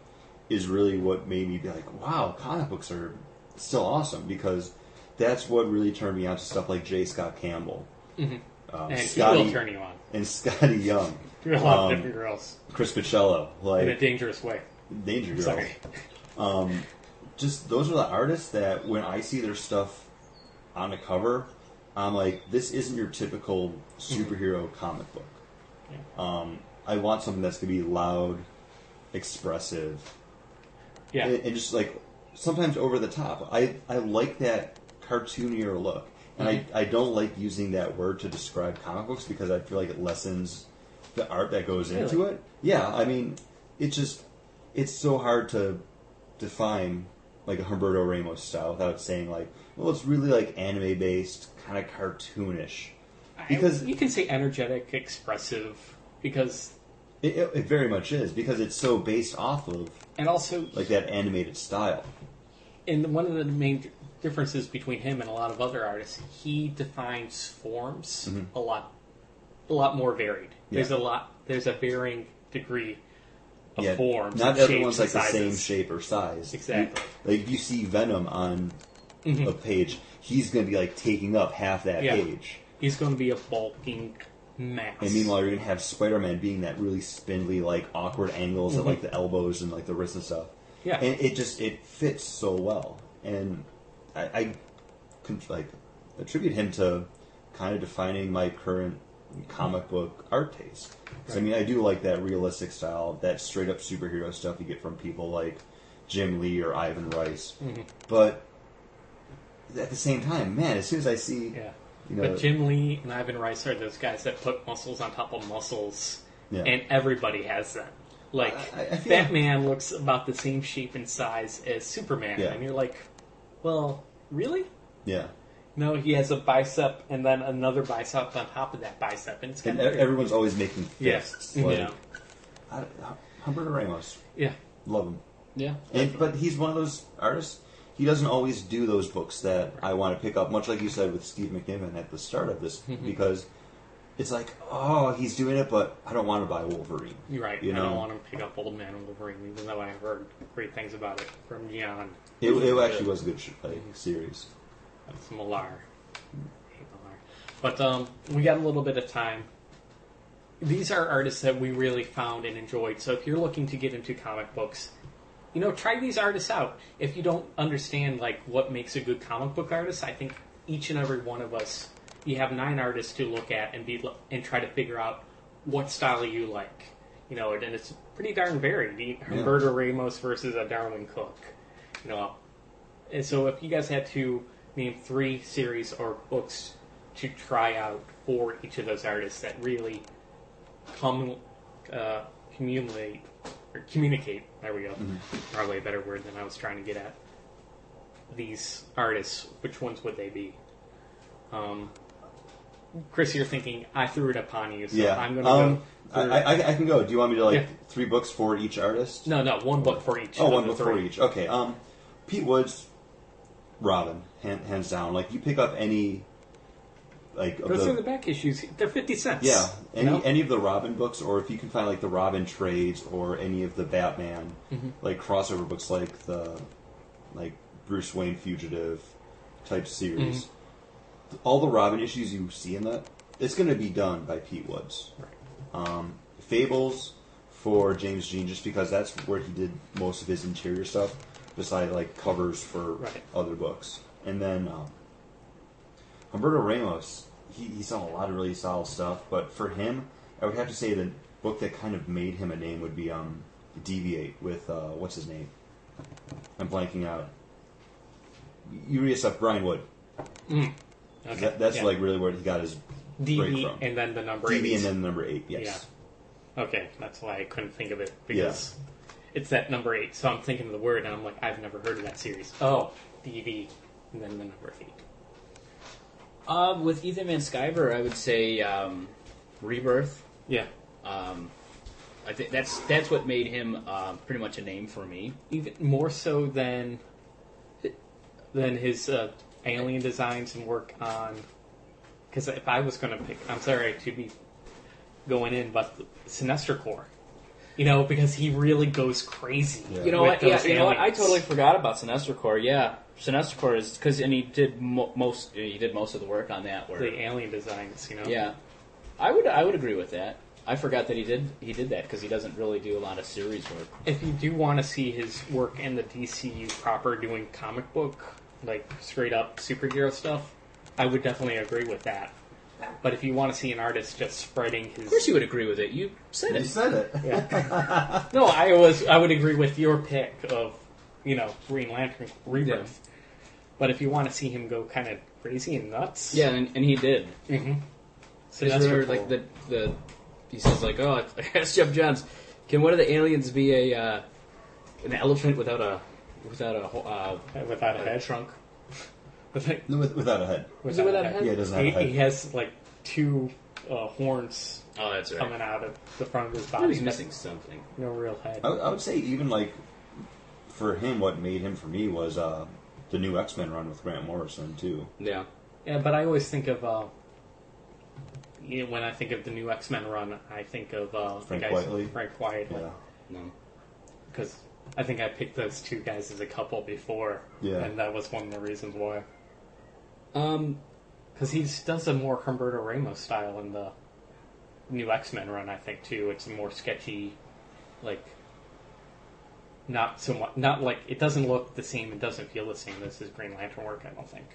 Speaker 5: is really what made me be like, wow, comic books are still awesome because that's what really turned me on to stuff like J. Scott Campbell. Um,
Speaker 7: Mm-hmm. And he
Speaker 5: Scotty
Speaker 7: will turn you on.
Speaker 5: and Scotty Young,
Speaker 7: You're a lot
Speaker 5: Um,
Speaker 7: of different girls
Speaker 5: Chris Pichello,
Speaker 7: in a
Speaker 5: like
Speaker 7: dangerous way.
Speaker 5: Danger Girls
Speaker 7: Sorry.
Speaker 5: just those are the artists that when I see their stuff on the cover, I'm like, this isn't your typical
Speaker 7: Mm-hmm.
Speaker 5: superhero comic book. Um, I want something that's gonna be loud, expressive,
Speaker 7: Yeah.
Speaker 5: and, and just like sometimes over the top. I I like that cartoonier look, and
Speaker 7: Mm-hmm.
Speaker 5: I I don't like using that word to describe comic books because I feel like it lessens the art that goes into it. Yeah, I mean, it just it's so hard to define like a Humberto Ramos style without saying like, well, it's really like anime based, kind of cartoonish. Because
Speaker 7: you can say energetic, expressive, because.
Speaker 5: it, it, it very much is because it's so based off of
Speaker 7: And also,
Speaker 5: like that animated style.
Speaker 7: and one of the main differences between him and a lot of other artists, he defines forms a lot, a lot more varied. There's a
Speaker 5: Mm-hmm. Yeah.
Speaker 7: lot. There's a varying degree of
Speaker 5: Yeah,
Speaker 7: forms.
Speaker 5: Not
Speaker 7: and
Speaker 5: everyone's like
Speaker 7: shapes
Speaker 5: the
Speaker 7: and
Speaker 5: same
Speaker 7: sizes.
Speaker 5: shape or size.
Speaker 7: Exactly. Mm-hmm.
Speaker 5: You- like you see Venom on a page, he's going to be like taking up half that
Speaker 7: Yeah.
Speaker 5: page.
Speaker 7: He's going to be a bulking mass.
Speaker 5: And meanwhile, you're going to have Spider-Man being that really spindly, like awkward angles
Speaker 7: Mm-hmm.
Speaker 5: at like the elbows and like the wrists and stuff.
Speaker 7: Yeah.
Speaker 5: and it just it fits so well. And I, I could like attribute him to kind of defining my current comic book art taste. 'Cause, I mean, I do like that realistic style, that straight up superhero stuff you get from people like Jim Lee or Ivan Rice.
Speaker 7: Mm-hmm.
Speaker 5: But at the same time, man, as soon as I see,
Speaker 7: yeah.
Speaker 5: you know,
Speaker 7: But Jim Lee and Ivan Rice are those guys that put muscles on top of muscles,
Speaker 5: Yeah.
Speaker 7: and everybody has them. Like
Speaker 5: I- I feel-
Speaker 7: Batman looks about the same shape and size as Superman,
Speaker 5: Yeah.
Speaker 7: and you're like, well, really?
Speaker 5: yeah,
Speaker 7: No, he has a bicep and then another bicep on top of that bicep, and it's
Speaker 5: and
Speaker 7: kind
Speaker 5: e-
Speaker 7: of weird.
Speaker 5: everyone's always making
Speaker 7: Yeah.
Speaker 5: fists. Like,
Speaker 7: Yeah.
Speaker 5: I, Hum- Humberto Ramos,
Speaker 7: yeah,
Speaker 5: love him.
Speaker 6: Yeah.
Speaker 5: And, but he's one of those artists. He doesn't always do those books that I want to pick up, much like you said with Steve McNiven at the start of this,
Speaker 7: Mm-hmm.
Speaker 5: because it's like, oh, he's doing it, but I don't want to buy Wolverine.
Speaker 7: you're right.
Speaker 5: You
Speaker 7: I
Speaker 5: know.
Speaker 7: don't want to pick up Old Man Wolverine, even though I have heard great things about it from Gian
Speaker 5: It, it actually was a good sh- like,
Speaker 7: Mm-hmm.
Speaker 5: series.
Speaker 7: It's Millar. Hate Millar. But um, we got a little bit of time. These are artists that we really found and enjoyed. So if you're looking to get into comic books, you know, try these artists out. If you don't understand like what makes a good comic book artist, I think each and every one of us, you have nine artists to look at and be and try to figure out what style you like. You know, and it's pretty darn varied. You- Humberto Ramos versus a Darwin Cook. You know, and so if you guys had to name three series or books to try out for each of those artists that really commu- uh, communicate or communicate, there we go,
Speaker 5: Mm-hmm.
Speaker 7: probably a better word than I was trying to get at. These artists, which ones would they be? Um, Chris, you're thinking I threw it upon you, so
Speaker 5: yeah,
Speaker 7: I'm going to
Speaker 5: um,
Speaker 7: go.
Speaker 5: I,
Speaker 7: for-
Speaker 5: I, I can go. Do you want me to like
Speaker 7: Yeah.
Speaker 5: three books for each artist?
Speaker 7: no, no, one book for each.
Speaker 5: Oh,
Speaker 7: of
Speaker 5: one
Speaker 7: the
Speaker 5: book for
Speaker 7: three.
Speaker 5: each. Okay. Um, Pete Woods, Robin, hand, hands down. Like you pick up any, like of
Speaker 7: Those
Speaker 5: the,
Speaker 7: are the back issues. They're fifty cents.
Speaker 5: Yeah,
Speaker 7: you
Speaker 5: any
Speaker 7: know?
Speaker 5: any of the Robin books, or if you can find like the Robin trades, or any of the Batman
Speaker 7: Mm-hmm.
Speaker 5: like crossover books, like the like Bruce Wayne fugitive type series.
Speaker 7: Mm-hmm.
Speaker 5: All the Robin issues you see in that, it's going to be done by Pete Woods. Um, Fables for James Jean, just because that's where he did most of his interior stuff, besides like covers for
Speaker 7: Right.
Speaker 5: other books, and then. Um, Humberto Ramos, he, he's done a lot of really solid stuff, but for him, I would have to say the book that kind of made him a name would be um, Deviate with, uh, what's his name? I'm blanking out. You read stuff, Brian Wood.
Speaker 7: Okay,
Speaker 5: That, that's
Speaker 7: yeah.
Speaker 5: like really where he got his break
Speaker 7: DB
Speaker 5: from.
Speaker 7: and then the number
Speaker 5: DV
Speaker 7: eight.
Speaker 5: and then number eight, yes.
Speaker 7: okay, that's why I couldn't think of it because it's that number eight. So I'm thinking of the word and I'm like, I've never heard of that series. Oh, DB and then the number eight.
Speaker 6: Uh, with Ethan Van Sciver, I would say um, Rebirth.
Speaker 7: Yeah,
Speaker 6: Um, I think that's that's what made him uh, pretty much a name for me.
Speaker 7: even more so than than his uh, alien designs and work on. Because if I was going to pick, I'm sorry to be going in, but Sinestro Corps. You know, because he really goes crazy.
Speaker 6: You know
Speaker 7: with
Speaker 6: what? Yeah,
Speaker 7: those
Speaker 6: you know what? I
Speaker 7: aliens.
Speaker 6: totally forgot about Sinestro Corps. Yeah, Sinestro Corps is because and he did mo- most he did most of the work on that. Where
Speaker 7: the alien designs. You know,
Speaker 6: yeah, I would I would agree with that. I forgot that he did he did that because he doesn't really do a lot of series work.
Speaker 7: if you do want to see his work in the DCU proper doing comic book, like straight up superhero stuff, I would definitely agree with that. But if you want to see an artist just spreading his,
Speaker 6: Of course, you would agree with it. You said
Speaker 5: You
Speaker 6: it.
Speaker 5: said it.
Speaker 7: no, I was I would agree with your pick of you know Green Lantern Rebirth. But if you want to see him go kind of crazy and nuts, mm-hmm.
Speaker 6: Yeah, and, and he did.
Speaker 7: so
Speaker 6: That's
Speaker 7: that's
Speaker 6: where like the the he says like oh it's Jeff Johns can one of the aliens be a uh, an elephant without a without a ho- uh,
Speaker 7: without a
Speaker 6: a
Speaker 7: head.
Speaker 6: trunk
Speaker 7: Without,
Speaker 5: No, with- without a head.
Speaker 6: Is it without a head?
Speaker 5: Yeah, it doesn't have a
Speaker 7: He,
Speaker 5: head.
Speaker 7: he has like two uh, horns
Speaker 6: oh that's right
Speaker 7: coming out of the front of his
Speaker 6: I knew
Speaker 7: body.
Speaker 6: he's missing something
Speaker 7: No real head.
Speaker 5: I, would- I would say even like for him, what made him for me was uh, the new X Men run with Grant Morrison too.
Speaker 6: yeah
Speaker 7: Yeah, but I always think of uh, you know, when I think of the new X Men run, I think of uh, the
Speaker 5: Frank
Speaker 7: guys-
Speaker 5: Whiteley?
Speaker 7: Frank Quietly.
Speaker 5: Yeah.
Speaker 6: no
Speaker 7: because I think I picked those two guys as a couple before,
Speaker 5: Yeah.
Speaker 7: and that was one of the reasons why.
Speaker 6: Um,
Speaker 7: Because he does a more Humberto Ramos style in the new X Men run, I think, too. It's a more sketchy, like not so much, not like it doesn't look the same. It doesn't feel the same as his Green Lantern work. I don't think.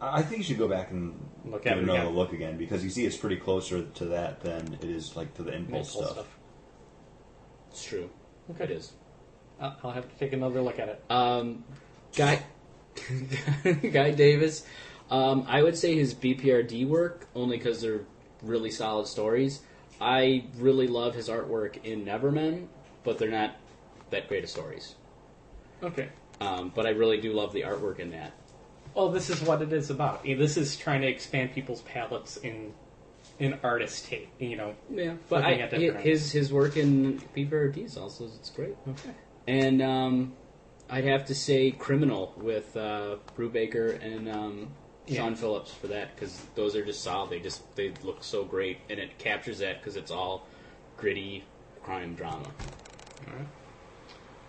Speaker 5: I I think you should go back and
Speaker 7: Look
Speaker 5: give
Speaker 7: at it
Speaker 5: another
Speaker 7: again.
Speaker 5: look again because you see it's pretty closer to that than it is like to the impulse
Speaker 7: Multiple
Speaker 5: stuff.
Speaker 6: it's true. Okay, it is.
Speaker 7: I'll Uh, I'll have to take another look at it.
Speaker 6: Um, Guy, Guy Davis. Um, I would say his BPRD work only because they're really solid stories. I really love his artwork in Nevermen, but they're not that great of stories.
Speaker 7: Okay.
Speaker 6: Um, but I really do love the artwork in that.
Speaker 7: Well, this is what it is about. Yeah, This is trying to expand people's palettes in in artist tape. You know,
Speaker 6: Yeah, but I,
Speaker 7: Looking at different
Speaker 6: hi- his his work in BPRD is also it's great. Okay. And um, I'd have to say Criminal with uh, Brubaker and um, Sean
Speaker 7: Yeah.
Speaker 6: Phillips for that because those are just solid. They just they look so great, and it captures that because it's all gritty crime drama.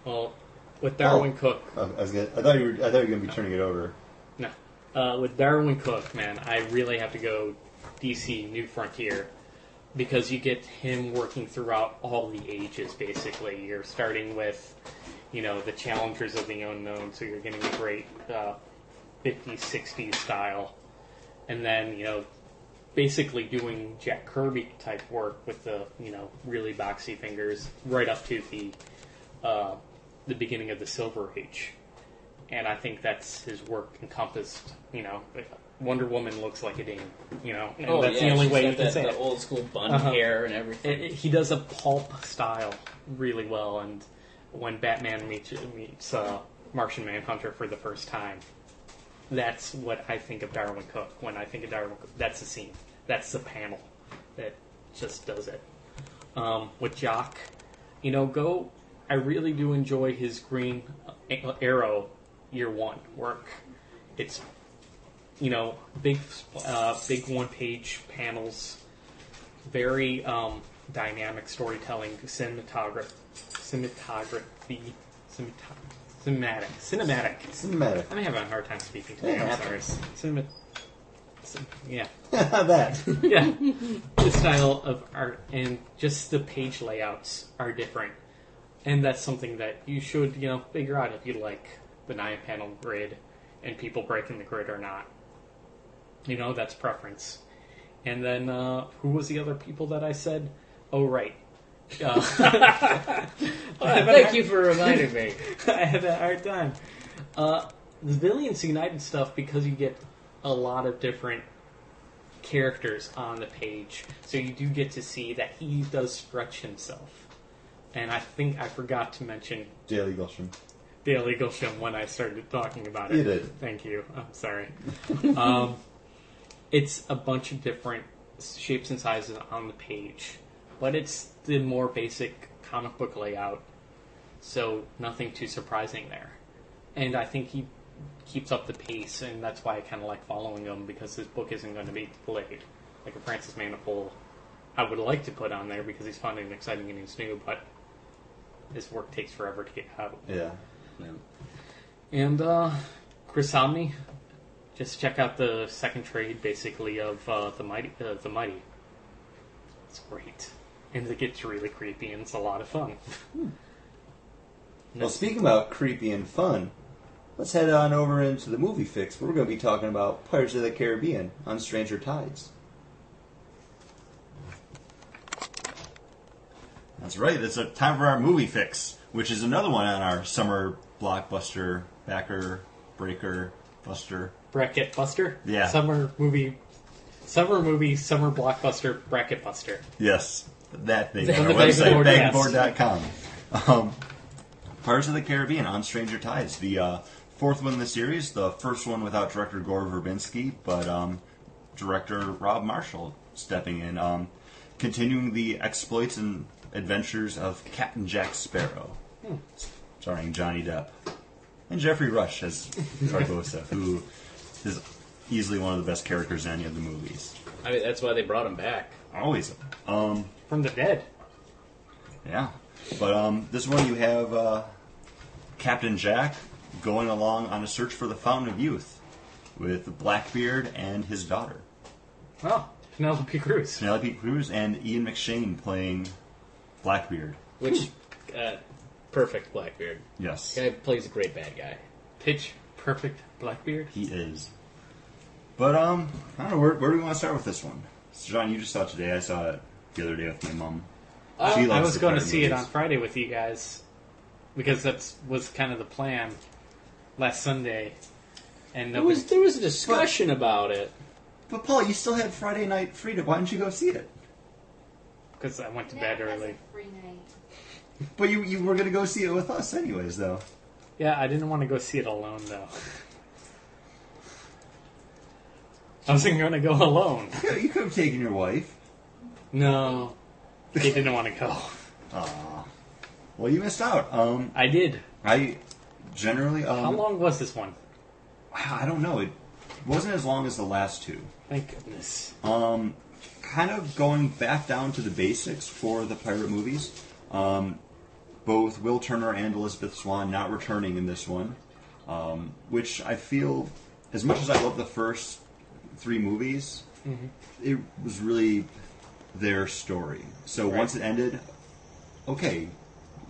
Speaker 7: well, with Darwin
Speaker 5: Oh.
Speaker 7: Cook,
Speaker 5: Uh, I, was gonna, I thought you were. I thought you were going to be turning it over.
Speaker 7: No. Uh, with Darwin Cook, man, I really have to go DC New Frontier because you get him working throughout all the ages, basically. You're starting with, you know, the challengers of the unknown, so you're getting a great uh, 50s, 60s style. And then, you know, basically doing Jack Kirby type work with the, you know, really boxy fingers right up to the, uh, the beginning of the Silver Age and I think that's his work encompassed. You know, Wonder Woman looks like a dame. You know, and
Speaker 6: Oh,
Speaker 7: that's the only way you can say
Speaker 6: the
Speaker 7: it.
Speaker 6: old school bun
Speaker 7: Uh-huh.
Speaker 6: hair and everything.
Speaker 7: It- it- He does a pulp style really well, and when Batman meets meets uh, Martian Manhunter for the first time, that's what I think of Darwin Cook. When I think of Darwin Cook, that's the scene, that's the panel that just does it. Um, with Jock, you know, go. I really do enjoy his Green uh, Arrow Year One work. It's you know big uh, big one page panels very um, dynamic storytelling, cinematography, cinematography, cinemat- cinematic, cinematic.
Speaker 5: Cinematic.
Speaker 7: I'm having a hard time speaking today. I'm sorry. Cinema, cin- yeah,
Speaker 5: that.
Speaker 7: yeah. the style of art and just the page layouts are different, and that's something that you should you know figure out if you like the nine panel grid and people breaking the grid or not. You know that's preference. And then uh, who was the other people that I said? Oh right. Uh,
Speaker 6: Thank you for reminding me.
Speaker 7: I had a hard time. Uh, the Villains United stuff because you get a lot of different characters on the page, so you do get to see that he does stretch himself. And I think I forgot to mention
Speaker 5: Daily Gulsham.
Speaker 7: Dale Eaglesham when I started talking about it.
Speaker 5: You did.
Speaker 7: Thank you. I'm sorry. um, it's a bunch of different shapes and sizes on the page, but it's the more basic comic book layout, so nothing too surprising there. And I think he keeps up the pace, and that's why I kind of like following him because his book isn't going to be delayed. Like a Francis Manifold, I would like to put on there because he's fun and exciting and he's new, but his work takes forever to get out.
Speaker 5: Yeah.
Speaker 7: And uh, Chris Omni, just check out the second trade, basically of uh, the mighty. Uh, the mighty. It's great, and it gets really creepy, and it's a lot of fun.
Speaker 5: Well, speaking about creepy and fun, let's head on over into the movie fix. Where we're going to be talking about Pirates of the Caribbean on Stranger Tides.
Speaker 3: That's right. It's a time for our movie fix, which is another one on our summer blockbuster backer breaker buster.
Speaker 7: bracket Buster.
Speaker 3: Yeah.
Speaker 7: Summer movie. Summer movie. Summer blockbuster. Bracket Buster.
Speaker 3: Yes, that thing
Speaker 7: On
Speaker 3: on our
Speaker 7: the Bangboard,
Speaker 3: website,
Speaker 7: yes.
Speaker 3: bagboard.com. Um, Pirates of the Caribbean on Stranger Tides, the uh, fourth one in the series, the first one without director Gore Verbinski, but um, director Rob Marshall stepping in, um, continuing the exploits and adventures of Captain Jack Sparrow, starring Johnny Depp and Jeffrey Rush as Barbosa, who is easily one of the best characters in any of the movies.
Speaker 6: I mean, that's why they brought him back.
Speaker 3: Always. Um,
Speaker 7: From the dead.
Speaker 3: yeah.
Speaker 5: But um, this one you have uh, Captain Jack going along on a search for the Fountain of Youth with Blackbeard and his daughter.
Speaker 7: Oh, Penelope Cruz.
Speaker 5: Penelope Cruz and Ian McShane playing Blackbeard.
Speaker 6: Which, uh, perfect Blackbeard.
Speaker 5: Yes,
Speaker 6: Guy plays a great bad guy.
Speaker 7: Pitch perfect Blackbeard.
Speaker 5: he is. But um, I don't know where, where do we want to start with this one. So John, you just saw it today. I saw it the other day with my mom. She
Speaker 7: I
Speaker 5: loves
Speaker 7: was
Speaker 5: the
Speaker 7: going to
Speaker 5: pirate
Speaker 7: see it
Speaker 5: movies.
Speaker 7: on Friday with you guys because that was kind of the plan last Sunday, and
Speaker 6: There
Speaker 7: nobody.
Speaker 6: was there was a discussion about it.
Speaker 5: But Paul, you still had Friday night freedom. Why didn't you go see it?
Speaker 7: because I went to
Speaker 10: Nat
Speaker 7: bed
Speaker 10: has
Speaker 7: early.
Speaker 10: a free night.
Speaker 5: But you you were gonna go see it with us anyways, though.
Speaker 7: Yeah, I didn't want to go see it alone though. I wasn't going to go alone.
Speaker 5: Yeah, you could have taken your wife.
Speaker 7: No, he didn't want to go.
Speaker 5: Well, you missed out. Um,
Speaker 7: I did.
Speaker 5: I generally um,
Speaker 7: How long was this one?
Speaker 5: I don't know. It wasn't as long as the last two.
Speaker 7: Thank goodness.
Speaker 5: Um, kind of going back down to the basics for the pirate movies. Um, both Will Turner and Elizabeth Swan not returning in this one, um, which I feel, as much as I love the first three movies,
Speaker 6: Mm-hmm.
Speaker 5: it was really their story. So once it ended, okay,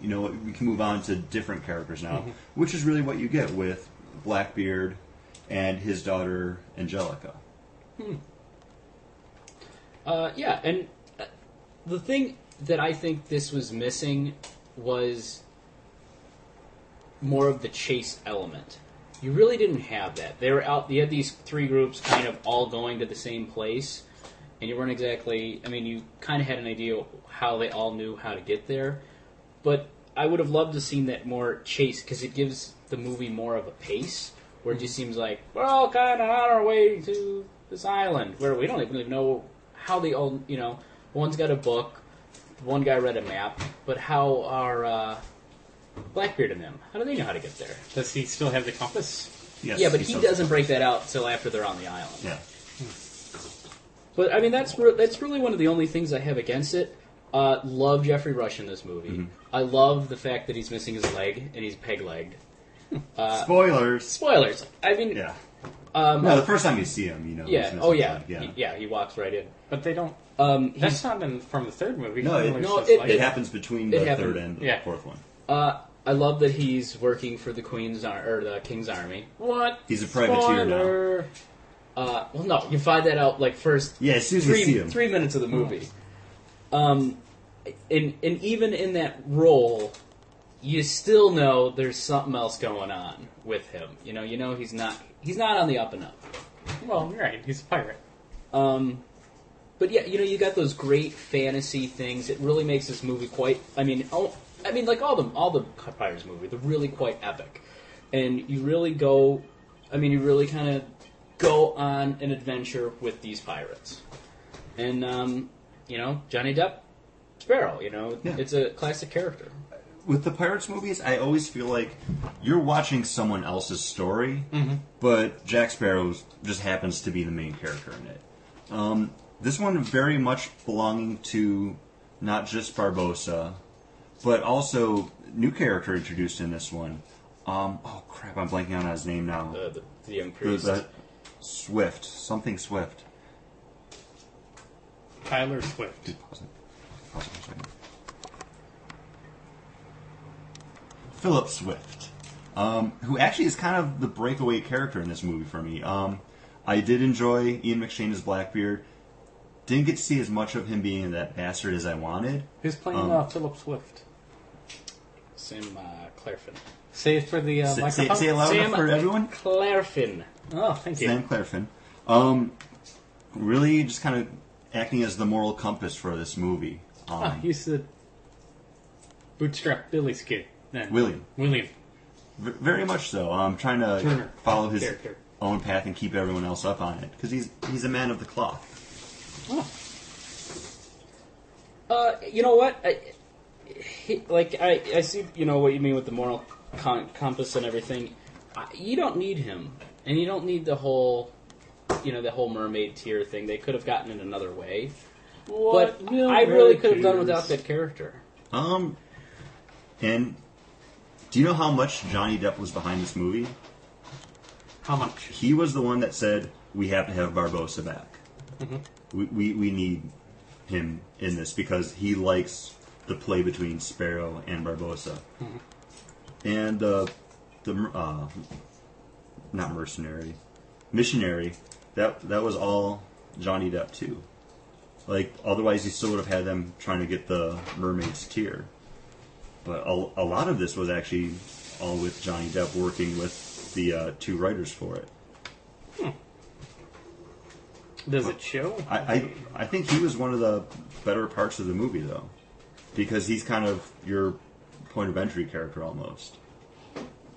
Speaker 5: you know what, we can move on to different characters now,
Speaker 6: Mm-hmm.
Speaker 5: which is really what you get with Blackbeard and his daughter Angelica.
Speaker 6: Uh, yeah, and uh, the thing that I think this was missing was more of the chase element. You really didn't have that. They were out. You had these three groups kind of all going to the same place, and you weren't exactly. I mean, you kind of had an idea how they all knew how to get there, but I would have loved to seen that more chase because it gives the movie more of a pace. Where it just seems like we're all kind of on our way to this island where we don't even really know how they all. You know, one's got a book, one guy read a map, but how are uh, Blackbeard and them? How do they know how to get there?
Speaker 7: Does he still have the compass?
Speaker 5: Yes,
Speaker 6: Yeah, but
Speaker 5: he
Speaker 6: he
Speaker 5: sells-
Speaker 6: doesn't break that out till after they're on the island.
Speaker 5: Yeah.
Speaker 6: But I mean, that's re- that's really one of the only things I have against it. Uh, love Jeffrey Rush in this movie. I love the fact that he's missing his leg and he's peg legged.
Speaker 5: Spoilers.
Speaker 6: Spoilers. I mean,
Speaker 5: Yeah.
Speaker 6: um,
Speaker 5: No, the first time you see him, you know. he's
Speaker 6: yeah.
Speaker 5: missing
Speaker 6: Oh
Speaker 5: his
Speaker 6: yeah.
Speaker 5: leg,
Speaker 6: Yeah. He,
Speaker 5: yeah.
Speaker 6: yeah. He walks right in.
Speaker 7: But they don't.
Speaker 6: Um, he's-
Speaker 7: That's not in, from the third movie.
Speaker 5: No, it-
Speaker 7: Normally
Speaker 6: no,
Speaker 7: it's just
Speaker 5: It happens between
Speaker 6: It
Speaker 5: the
Speaker 6: happened.
Speaker 5: third and the
Speaker 7: Yeah.
Speaker 5: fourth one.
Speaker 6: uh, I love that he's working for the Queen's Ar- or the King's Army. What?
Speaker 5: He's a privateer now.
Speaker 6: Spoiler. Uh, well, no, you find that out like first
Speaker 5: Yeah, as soon as you see
Speaker 6: three
Speaker 5: him.
Speaker 6: three minutes of the movie. Um, and and even in that role, you still know there's something else going on with him. You know, you know he's not he's not on the up and up.
Speaker 7: Well, you're right. He's a pirate.
Speaker 6: Um, but yeah, you know, you got those great fantasy things. It really makes this movie quite. I mean, all, I mean, like all the all the Pirates movie, they're really quite epic, and you really go. I mean, you really kind of go on an adventure with these pirates, and um, you know, Johnny Depp, Sparrow. You know,
Speaker 5: Yeah.
Speaker 6: it's a classic character.
Speaker 5: With the Pirates movies, I always feel like you're watching someone else's story,
Speaker 6: Mm-hmm.
Speaker 5: but Jack Sparrow just happens to be the main character in it. Um, this one very much belonging to not just Barbosa, but also new character introduced in this one. Um, oh crap, I'm blanking on his name now.
Speaker 6: Uh, the, the young
Speaker 5: The-
Speaker 6: priest.
Speaker 5: the- Swift, something Swift.
Speaker 7: Tyler Swift.
Speaker 5: Pause it. Pause it for a second. Philip Swift, um, who actually is kind of the breakaway character in this movie for me. Um, I did enjoy Ian McShane as Blackbeard. Didn't get to see as much of him being that bastard as I wanted.
Speaker 7: Who's playing
Speaker 5: Um,
Speaker 7: uh, Philip Swift?
Speaker 6: Sam uh, Clarfin.
Speaker 7: Say it for the uh,
Speaker 5: Say- say-
Speaker 7: microphone.
Speaker 5: say it loud
Speaker 6: Sam
Speaker 5: enough for everyone.
Speaker 6: Clarfin.
Speaker 7: Oh, thank you.
Speaker 5: Sam Clarfin. Um, really, just kind of acting as the moral compass for this movie. Um,
Speaker 7: Ah, he's the bootstrap Billy's kid. Then
Speaker 5: William.
Speaker 7: William.
Speaker 5: V- very much so. I'm trying to
Speaker 7: Turner.
Speaker 5: follow his
Speaker 7: Character.
Speaker 5: own path and keep everyone else up on it because he's he's a man of the cloth.
Speaker 6: Uh, you know what? I, he- like I, I see. You know what you mean with the moral con- compass and everything. I, you don't need him, and you don't need the whole, you know, the whole mermaid tier thing. They could have gotten it another way, but I really could have done without that character.
Speaker 5: Um, And do you know how much Johnny Depp was behind this movie?
Speaker 11: How much?
Speaker 5: He was the one that said, "We have to have Barbosa back. We, we we need him in this because he likes the play between Sparrow and Barbosa." And uh, the mer- uh, not mercenary, missionary. That that was all Johnny Depp too. Like otherwise, he still would have had them trying to get the mermaid's tear. But a, a lot of this was actually all with Johnny Depp working with the uh, two writers for it.
Speaker 11: Does it show?
Speaker 5: I, I I think he was one of the better parts of the movie though, because he's kind of your point of entry character almost.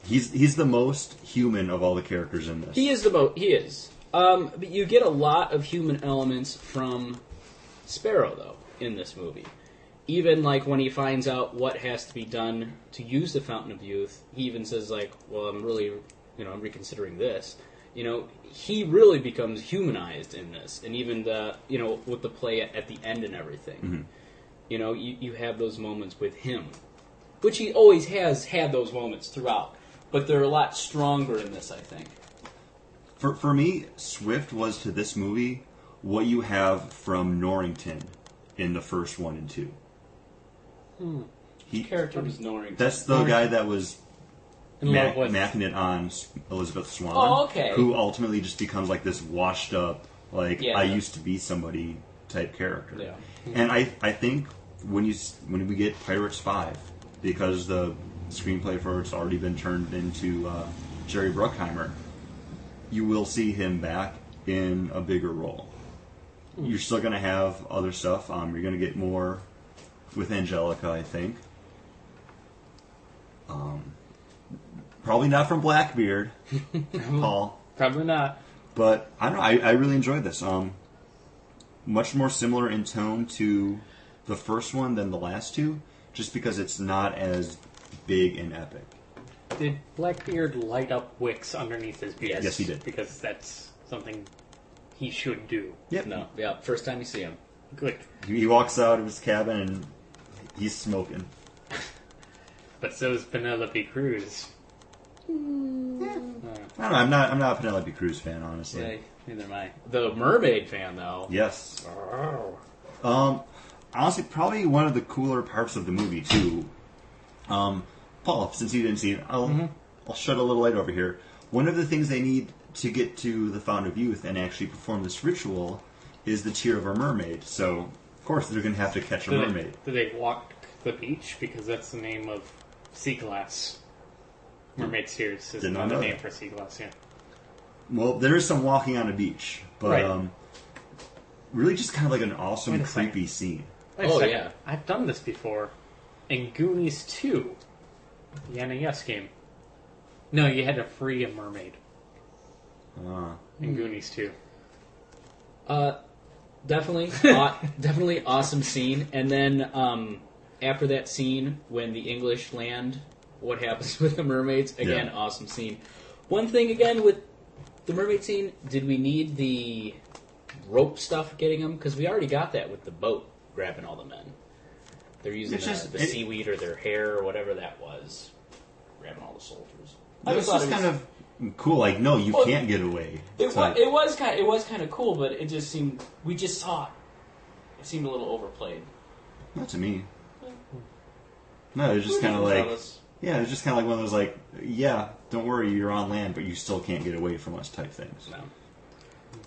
Speaker 5: He's he's the most human of all the characters in this.
Speaker 6: He is the boat. He is. Um, but you get a lot of human elements from Sparrow, though, in this movie. Even like when he finds out what has to be done to use the Fountain of Youth, he even says like, "Well, I'm really, you know, I'm reconsidering this." You know, he really becomes humanized in this, and even the, you know, with the play at, at the end and everything. You know, you, you have those moments with him, which he always has had those moments throughout, but they're a lot stronger in this, I think.
Speaker 5: For, for me, Swift was to this movie what you have from Norrington in the first one and two. He,
Speaker 6: character was Norrington.
Speaker 5: that's the guy that was
Speaker 7: In
Speaker 5: ma-
Speaker 7: love with.
Speaker 5: macking it on S- Elizabeth Swan.
Speaker 6: Oh, okay.
Speaker 5: Who ultimately just becomes like this washed up, like,
Speaker 6: Yeah.
Speaker 5: I used to be somebody type character.
Speaker 6: Yeah.
Speaker 5: And I, I think when you s- when we get Pirates 5, because the screenplay for it's already been turned into uh, Jerry Bruckheimer, you will see him back in a bigger role.
Speaker 6: Hmm.
Speaker 5: You're still going to have other stuff. Um, you're going to get more with Angelica, I think. Probably not from Blackbeard, Paul.
Speaker 7: Probably not.
Speaker 5: But I don't know. I, I really enjoyed this. Um, much more similar in tone to the first one than the last two, just because it's not as big and epic.
Speaker 7: Did Blackbeard light up wicks underneath his beard?
Speaker 5: Yes, he did.
Speaker 7: Because that's something he should do.
Speaker 5: Yep.
Speaker 6: No, yeah, first time you see him.
Speaker 7: Good.
Speaker 5: He, he walks out of his cabin and he's smoking.
Speaker 7: But so is Penelope Cruz.
Speaker 5: I don't know. I'm not. I'm not a Penelope Cruz fan, honestly.
Speaker 6: Hey, neither am I. The mermaid fan, though.
Speaker 5: Yes.
Speaker 6: Oh.
Speaker 5: Um, honestly, probably one of the cooler parts of the movie too. Um, Paul, since you didn't see it, I'll
Speaker 6: Mm-hmm.
Speaker 5: I'll shed a little light over here. One of the things they need to get to the Fountain of Youth and actually perform this ritual is the tear of a mermaid. So, of course, they're going to have to catch a
Speaker 7: Did
Speaker 5: mermaid.
Speaker 7: They, did they walk the beach? Because that's the name of sea glass. Mermaid Tears is
Speaker 5: Did not
Speaker 7: another
Speaker 5: know
Speaker 7: name
Speaker 5: that.
Speaker 7: for sea glass, yeah.
Speaker 5: Well, there is some walking on a beach, but
Speaker 7: Right.
Speaker 5: um, really just kind of like an awesome,
Speaker 7: Wait a second.
Speaker 5: creepy scene.
Speaker 7: Wait a
Speaker 6: Oh,
Speaker 7: second.
Speaker 6: yeah.
Speaker 7: I've done this before. In Goonies 2, the NES game. No, you had to free a mermaid
Speaker 5: Uh,
Speaker 7: in Goonies 2.
Speaker 6: Uh, definitely, aw- definitely awesome scene. And then um, after that scene, when the English land, what happens with the mermaids? Again,
Speaker 5: Yeah.
Speaker 6: awesome scene. One thing again with the mermaid scene: did we need the rope stuff getting them? Because we already got that with the boat grabbing all the men. They're using
Speaker 5: It's
Speaker 6: the,
Speaker 5: just-
Speaker 6: the
Speaker 5: it-
Speaker 6: seaweed or their hair or whatever that was, grabbing all the soldiers. I
Speaker 5: this
Speaker 6: just thought
Speaker 5: is
Speaker 6: it was-
Speaker 5: kind of cool. Like, no, you
Speaker 6: Well,
Speaker 5: can't get away.
Speaker 6: it was,
Speaker 5: type.
Speaker 6: it was kind of, it was kind of cool, but it just seemed we just saw it. It seemed a little overplayed.
Speaker 5: Not to me. No, it's just kind of like yeah, it's just kind of like one of those like yeah, don't worry, you're on land, but you still can't get away from us type things.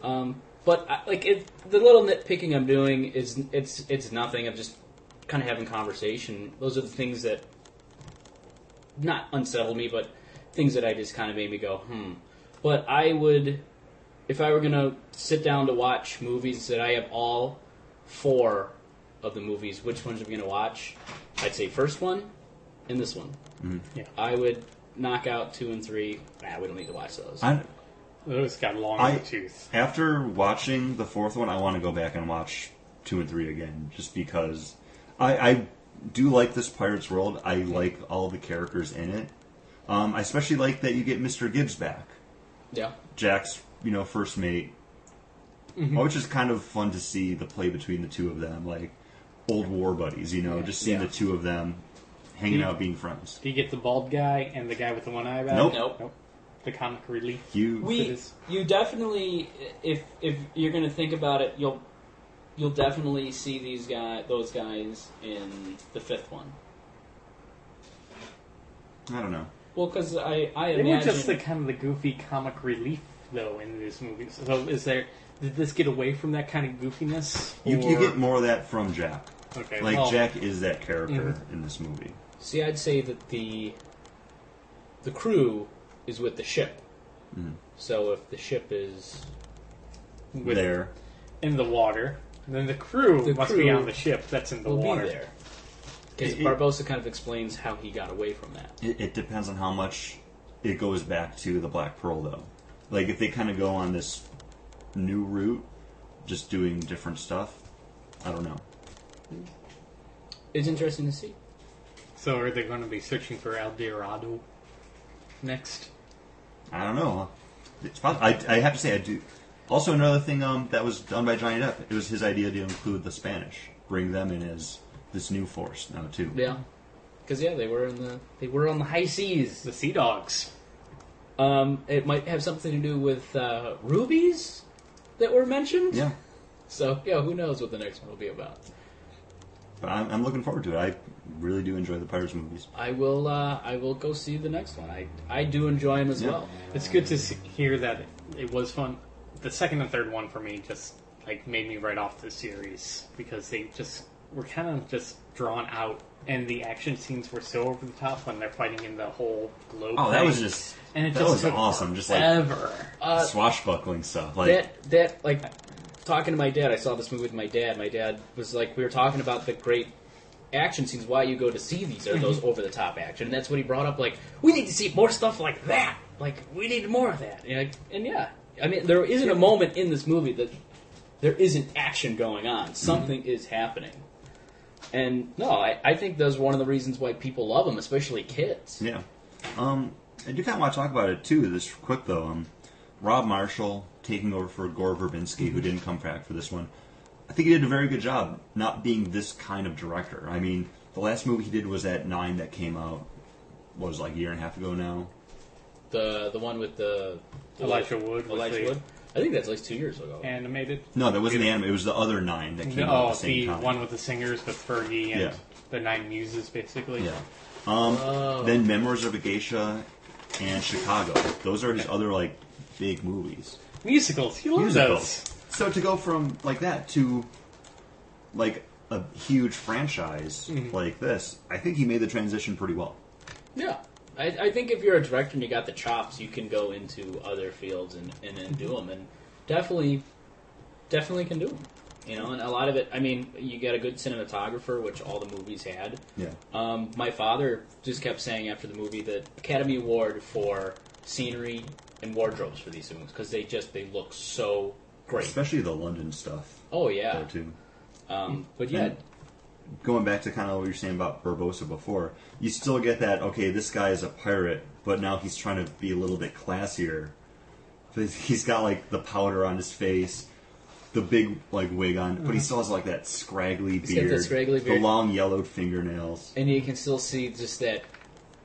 Speaker 6: Um, but I, like it, the little nitpicking I'm doing is it's it's nothing. I'm just kind of having conversation. Those are the things that not unsettle me, but things that I just kind of made me go hmm. But I would, if I were gonna sit down to watch movies that I have all four of the movies, which ones am I gonna watch? I'd say first one and this one.
Speaker 5: Mm-hmm.
Speaker 7: Yeah.
Speaker 6: I would knock out two and three. Nah, we don't need to watch those.
Speaker 5: I,
Speaker 7: Those got long
Speaker 5: I-
Speaker 7: tooth.
Speaker 5: after watching the fourth one, I want to go back and watch two and three again, just because I, I do like this Pirates World. I like all the characters in it. Um, I especially like that you get Mr. Gibbs back.
Speaker 6: yeah.
Speaker 5: Jack's, you know, first mate,
Speaker 7: Mm-hmm.
Speaker 5: Oh, which is kind of fun to see the play between the two of them, like old war buddies, you know, just seeing
Speaker 6: Yeah.
Speaker 5: the two of them hanging out, being friends.
Speaker 7: Do you get the bald guy and the guy with the one eye back?
Speaker 5: Nope.
Speaker 6: Nope.
Speaker 7: The comic relief.
Speaker 5: You
Speaker 7: It
Speaker 6: We
Speaker 7: is.
Speaker 6: you definitely if if you're going to think about it, you'll you'll definitely see these guy those guys in the fifth one.
Speaker 5: I don't know.
Speaker 6: Well, because I I
Speaker 7: They
Speaker 6: imagine
Speaker 7: were just the kind of the goofy comic relief though in this movie. So is there? Did this get away from that kind of goofiness?
Speaker 5: You-
Speaker 7: or,
Speaker 5: you get more of that from Jack.
Speaker 7: okay,
Speaker 5: Like
Speaker 7: well, mm-hmm.
Speaker 5: Jack is that character in this movie.
Speaker 6: See, I'd say that the the crew is with the ship. So if the ship is
Speaker 7: with-
Speaker 5: there,
Speaker 7: in the water. Then the crew
Speaker 6: The
Speaker 7: must be
Speaker 6: crew
Speaker 7: on the ship that's in the
Speaker 6: will
Speaker 7: water.
Speaker 6: be there. Because
Speaker 5: It- it-
Speaker 6: Barbosa kind of explains how he got away from that.
Speaker 5: it, it depends on how much it goes back to the Black Pearl, though. Like if they kind of go on this new route, just doing different stuff. I don't know.
Speaker 6: It's interesting to see.
Speaker 7: So are they going to be searching for El Dorado next?
Speaker 5: I don't know. It's possible. I, I have to say, I do. Also, another thing um, that was done by Johnny Depp. It was his idea to include the Spanish, bring them in as this new force now too.
Speaker 6: Yeah. Because yeah, they were in the they were on the high seas.
Speaker 7: The Sea Dogs.
Speaker 6: Um, it might have something to do with uh, rubies that were mentioned.
Speaker 5: Yeah.
Speaker 6: So yeah, who knows what the next one will be about?
Speaker 5: But I'm, I'm looking forward to it. I really do enjoy the Pirates movies.
Speaker 6: I will uh, I will go see the next one. I I do enjoy him as
Speaker 5: Yeah.
Speaker 6: well.
Speaker 7: It's good to see, hear that it, it was fun. The second and third one for me just like made me write off the series because they just were kind of just drawn out, and the action scenes were so over the top when they're fighting in the whole globe.
Speaker 5: Oh, that was
Speaker 7: thing.
Speaker 5: just
Speaker 7: and it
Speaker 5: that
Speaker 7: just
Speaker 5: was
Speaker 7: took
Speaker 5: awesome. Just like
Speaker 7: Ever.
Speaker 6: Uh,
Speaker 5: swashbuckling stuff. Like
Speaker 6: that that like talking to my dad i saw this movie with my dad my dad was like we were talking about the great action scenes why you go to see these are those over the top action and that's what he brought up like we need to see more stuff like that like we need more of that and, like, and yeah i mean there isn't a moment in this movie that there isn't action going on something is happening and no I, I think that's one of the reasons why people love them especially kids
Speaker 5: Yeah. Um, I do kind of want to talk about it too. This quick though. Um, Rob Marshall taking over for Gore Verbinski,
Speaker 7: Mm-hmm.
Speaker 5: who didn't come back for this one. I think he did a very good job not being this kind of director. I mean, the last movie he did was that Nine that came out what was it, like a year and a half ago now.
Speaker 6: the the one with the
Speaker 7: Elijah Wood was
Speaker 6: Elijah
Speaker 7: the-
Speaker 6: Wood I think that's at least two years ago.
Speaker 7: Animated.
Speaker 5: No, that wasn't the anime. It was the other Nine that came out at
Speaker 7: No,
Speaker 5: the same
Speaker 7: Oh, the
Speaker 5: time.
Speaker 7: one with the singers with Fergie and
Speaker 5: Yeah.
Speaker 7: the Nine Muses, basically.
Speaker 5: Yeah. Um,
Speaker 7: Oh.
Speaker 5: Then Memoirs of a Geisha and Chicago. Those are his other like big movies.
Speaker 7: Musicals. You love
Speaker 5: musicals.
Speaker 7: those.
Speaker 5: So to go from like that to like a huge franchise
Speaker 6: Mm-hmm.
Speaker 5: like this, I think he made the transition pretty well.
Speaker 6: Yeah. I, I think if you're a director and you got the chops, you can go into other fields and, and then do them. And definitely, definitely can do them. You know, and a lot of it, I mean, you get a good cinematographer, which all the movies had.
Speaker 5: Yeah.
Speaker 6: Um, my father just kept saying after the movie the Academy Award for scenery and wardrobes for these things because they just they look so great.
Speaker 5: Especially the London stuff
Speaker 6: Oh yeah,
Speaker 5: there too.
Speaker 6: um, but yeah,
Speaker 5: And going back to kind of what you were saying about Barbosa before, you still get that okay, this guy is a pirate, but now he's trying to be a little bit classier. But he's got like the powder on his face, the big like wig on, but he still has like that scraggly
Speaker 6: Mm-hmm. got that
Speaker 5: beard,
Speaker 6: scraggly
Speaker 5: the
Speaker 6: beard.
Speaker 5: long yellowed fingernails.
Speaker 6: and you can still see just that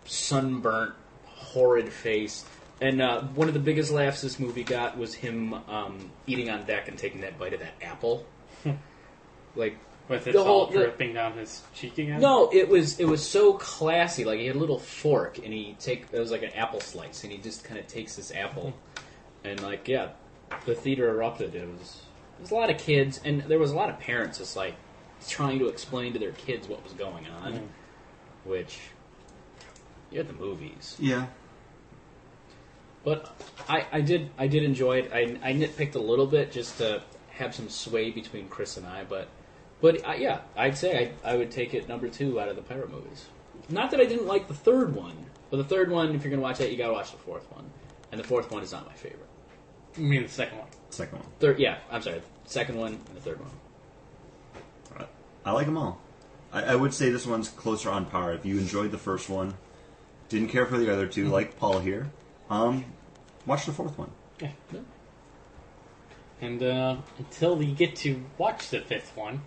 Speaker 6: sunburnt, horrid face. And uh, one of the biggest laughs this movie got was him um, eating on deck and taking that bite of that apple. like
Speaker 7: With it
Speaker 6: The
Speaker 7: all
Speaker 6: whole- the-
Speaker 7: dripping down his cheek again?
Speaker 6: no, it was it was so classy. Like he had a little fork and he take it was like an apple slice and he just kind of takes this apple and like yeah, the theater erupted. It was there was a lot of kids and there was a lot of parents just like trying to explain to their kids what was going on, which you're at the movies.
Speaker 5: Yeah,
Speaker 6: But I, I did I did enjoy it. I, I nitpicked a little bit just to have some sway between Chris and I. But but I, yeah, I'd say I, I would take it number two out of the pirate movies. Not that I didn't like the third one, but the third one, if you're gonna watch that, you gotta watch the fourth one. And the fourth one is not my favorite.
Speaker 7: I mean, the second one.
Speaker 5: second one.
Speaker 6: Third, yeah, I'm sorry, the second one and the third one.
Speaker 5: I- I like them all. I, I would say this one's closer on par. If you enjoyed the first one, didn't care for the other 2 like Paul here, um, watch the fourth one.
Speaker 7: Yeah. And uh, until you get to watch the fifth one,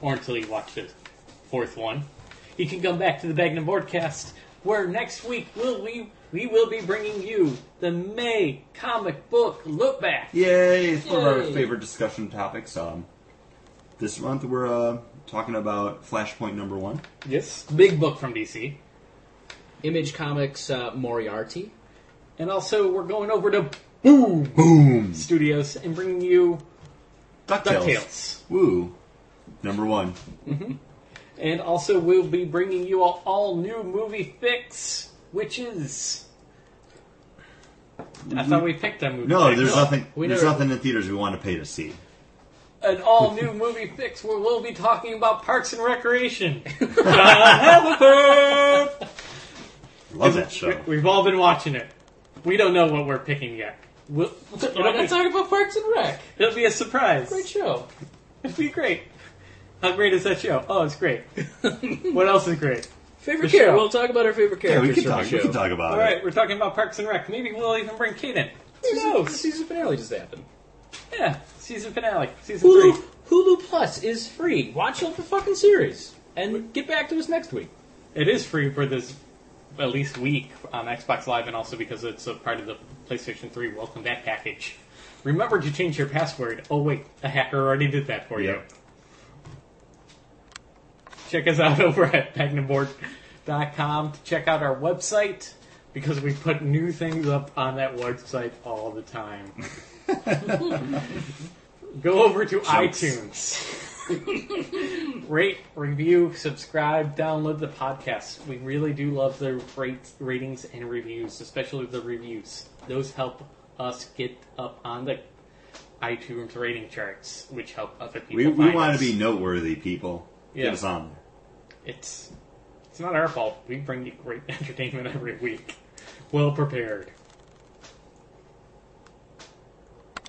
Speaker 7: or until you watch the fourth one, you can come back to the Bagnum Boardcast, where next week will we we will be bringing you the May comic book look back.
Speaker 5: Yay! It's one of our
Speaker 7: Yay.
Speaker 5: favorite discussion topics. Um, this month we're uh, talking about Flashpoint number one.
Speaker 7: Yes, big book from DC,
Speaker 9: Image Comics uh, Moriarty.
Speaker 7: and also we're going over to Boom Studios and bringing you
Speaker 5: DuckTales.
Speaker 7: DuckTales.
Speaker 5: Woo. Number one.
Speaker 7: And also, we'll be bringing you all, all new movie fix, which is. I thought we picked a movie.
Speaker 5: No,
Speaker 7: fix.
Speaker 5: there's nothing.
Speaker 9: we
Speaker 5: There's
Speaker 9: never-
Speaker 5: nothing in theaters we want to pay to see.
Speaker 7: An all new movie fix where we'll be talking about Parks and Recreation. John Haverford!
Speaker 5: Love that show.
Speaker 7: We've all been watching it. We don't know what we're picking yet. We'll,
Speaker 9: We're
Speaker 7: it'll,
Speaker 9: not
Speaker 7: be,
Speaker 9: talking about Parks and Rec.
Speaker 7: it'll be a surprise.
Speaker 9: Great show.
Speaker 7: It'll be great. How great is that show? Oh, it's great. what else is great?
Speaker 9: Favorite
Speaker 7: The show.
Speaker 9: character. We'll talk about our favorite
Speaker 5: Yeah,
Speaker 9: characters
Speaker 5: we can
Speaker 9: from
Speaker 5: talk.
Speaker 9: the show.
Speaker 5: We can talk about
Speaker 7: All
Speaker 5: it.
Speaker 7: right, we're talking about Parks and Rec. Maybe we'll even bring Kate in. Who
Speaker 9: Season,
Speaker 7: knows?
Speaker 9: season finale just happened.
Speaker 7: Yeah, season finale, season
Speaker 9: Hulu,
Speaker 7: three.
Speaker 9: Hulu Plus is free. Watch the fucking series and get back to us next week.
Speaker 7: It is free for this at least week on Xbox Live, and also because it's a part of the PlayStation Three Welcome Back package. Remember to change your password. Oh wait, a hacker already did that for you.
Speaker 5: Yep.
Speaker 7: Check us out over at magnaboard.com to check out our website because we put new things up on that website all the time. Go over to iTunes. rate, review, subscribe, download the podcast. We really do love the rate, ratings and reviews, especially the reviews. Those help us get up on the iTunes rating charts, which help other people.
Speaker 5: We, we
Speaker 7: find
Speaker 5: want
Speaker 7: us.
Speaker 5: to be noteworthy people.
Speaker 7: Yeah.
Speaker 5: Get us um, on there.
Speaker 7: It's it's not our fault. We bring you great entertainment every week, well prepared.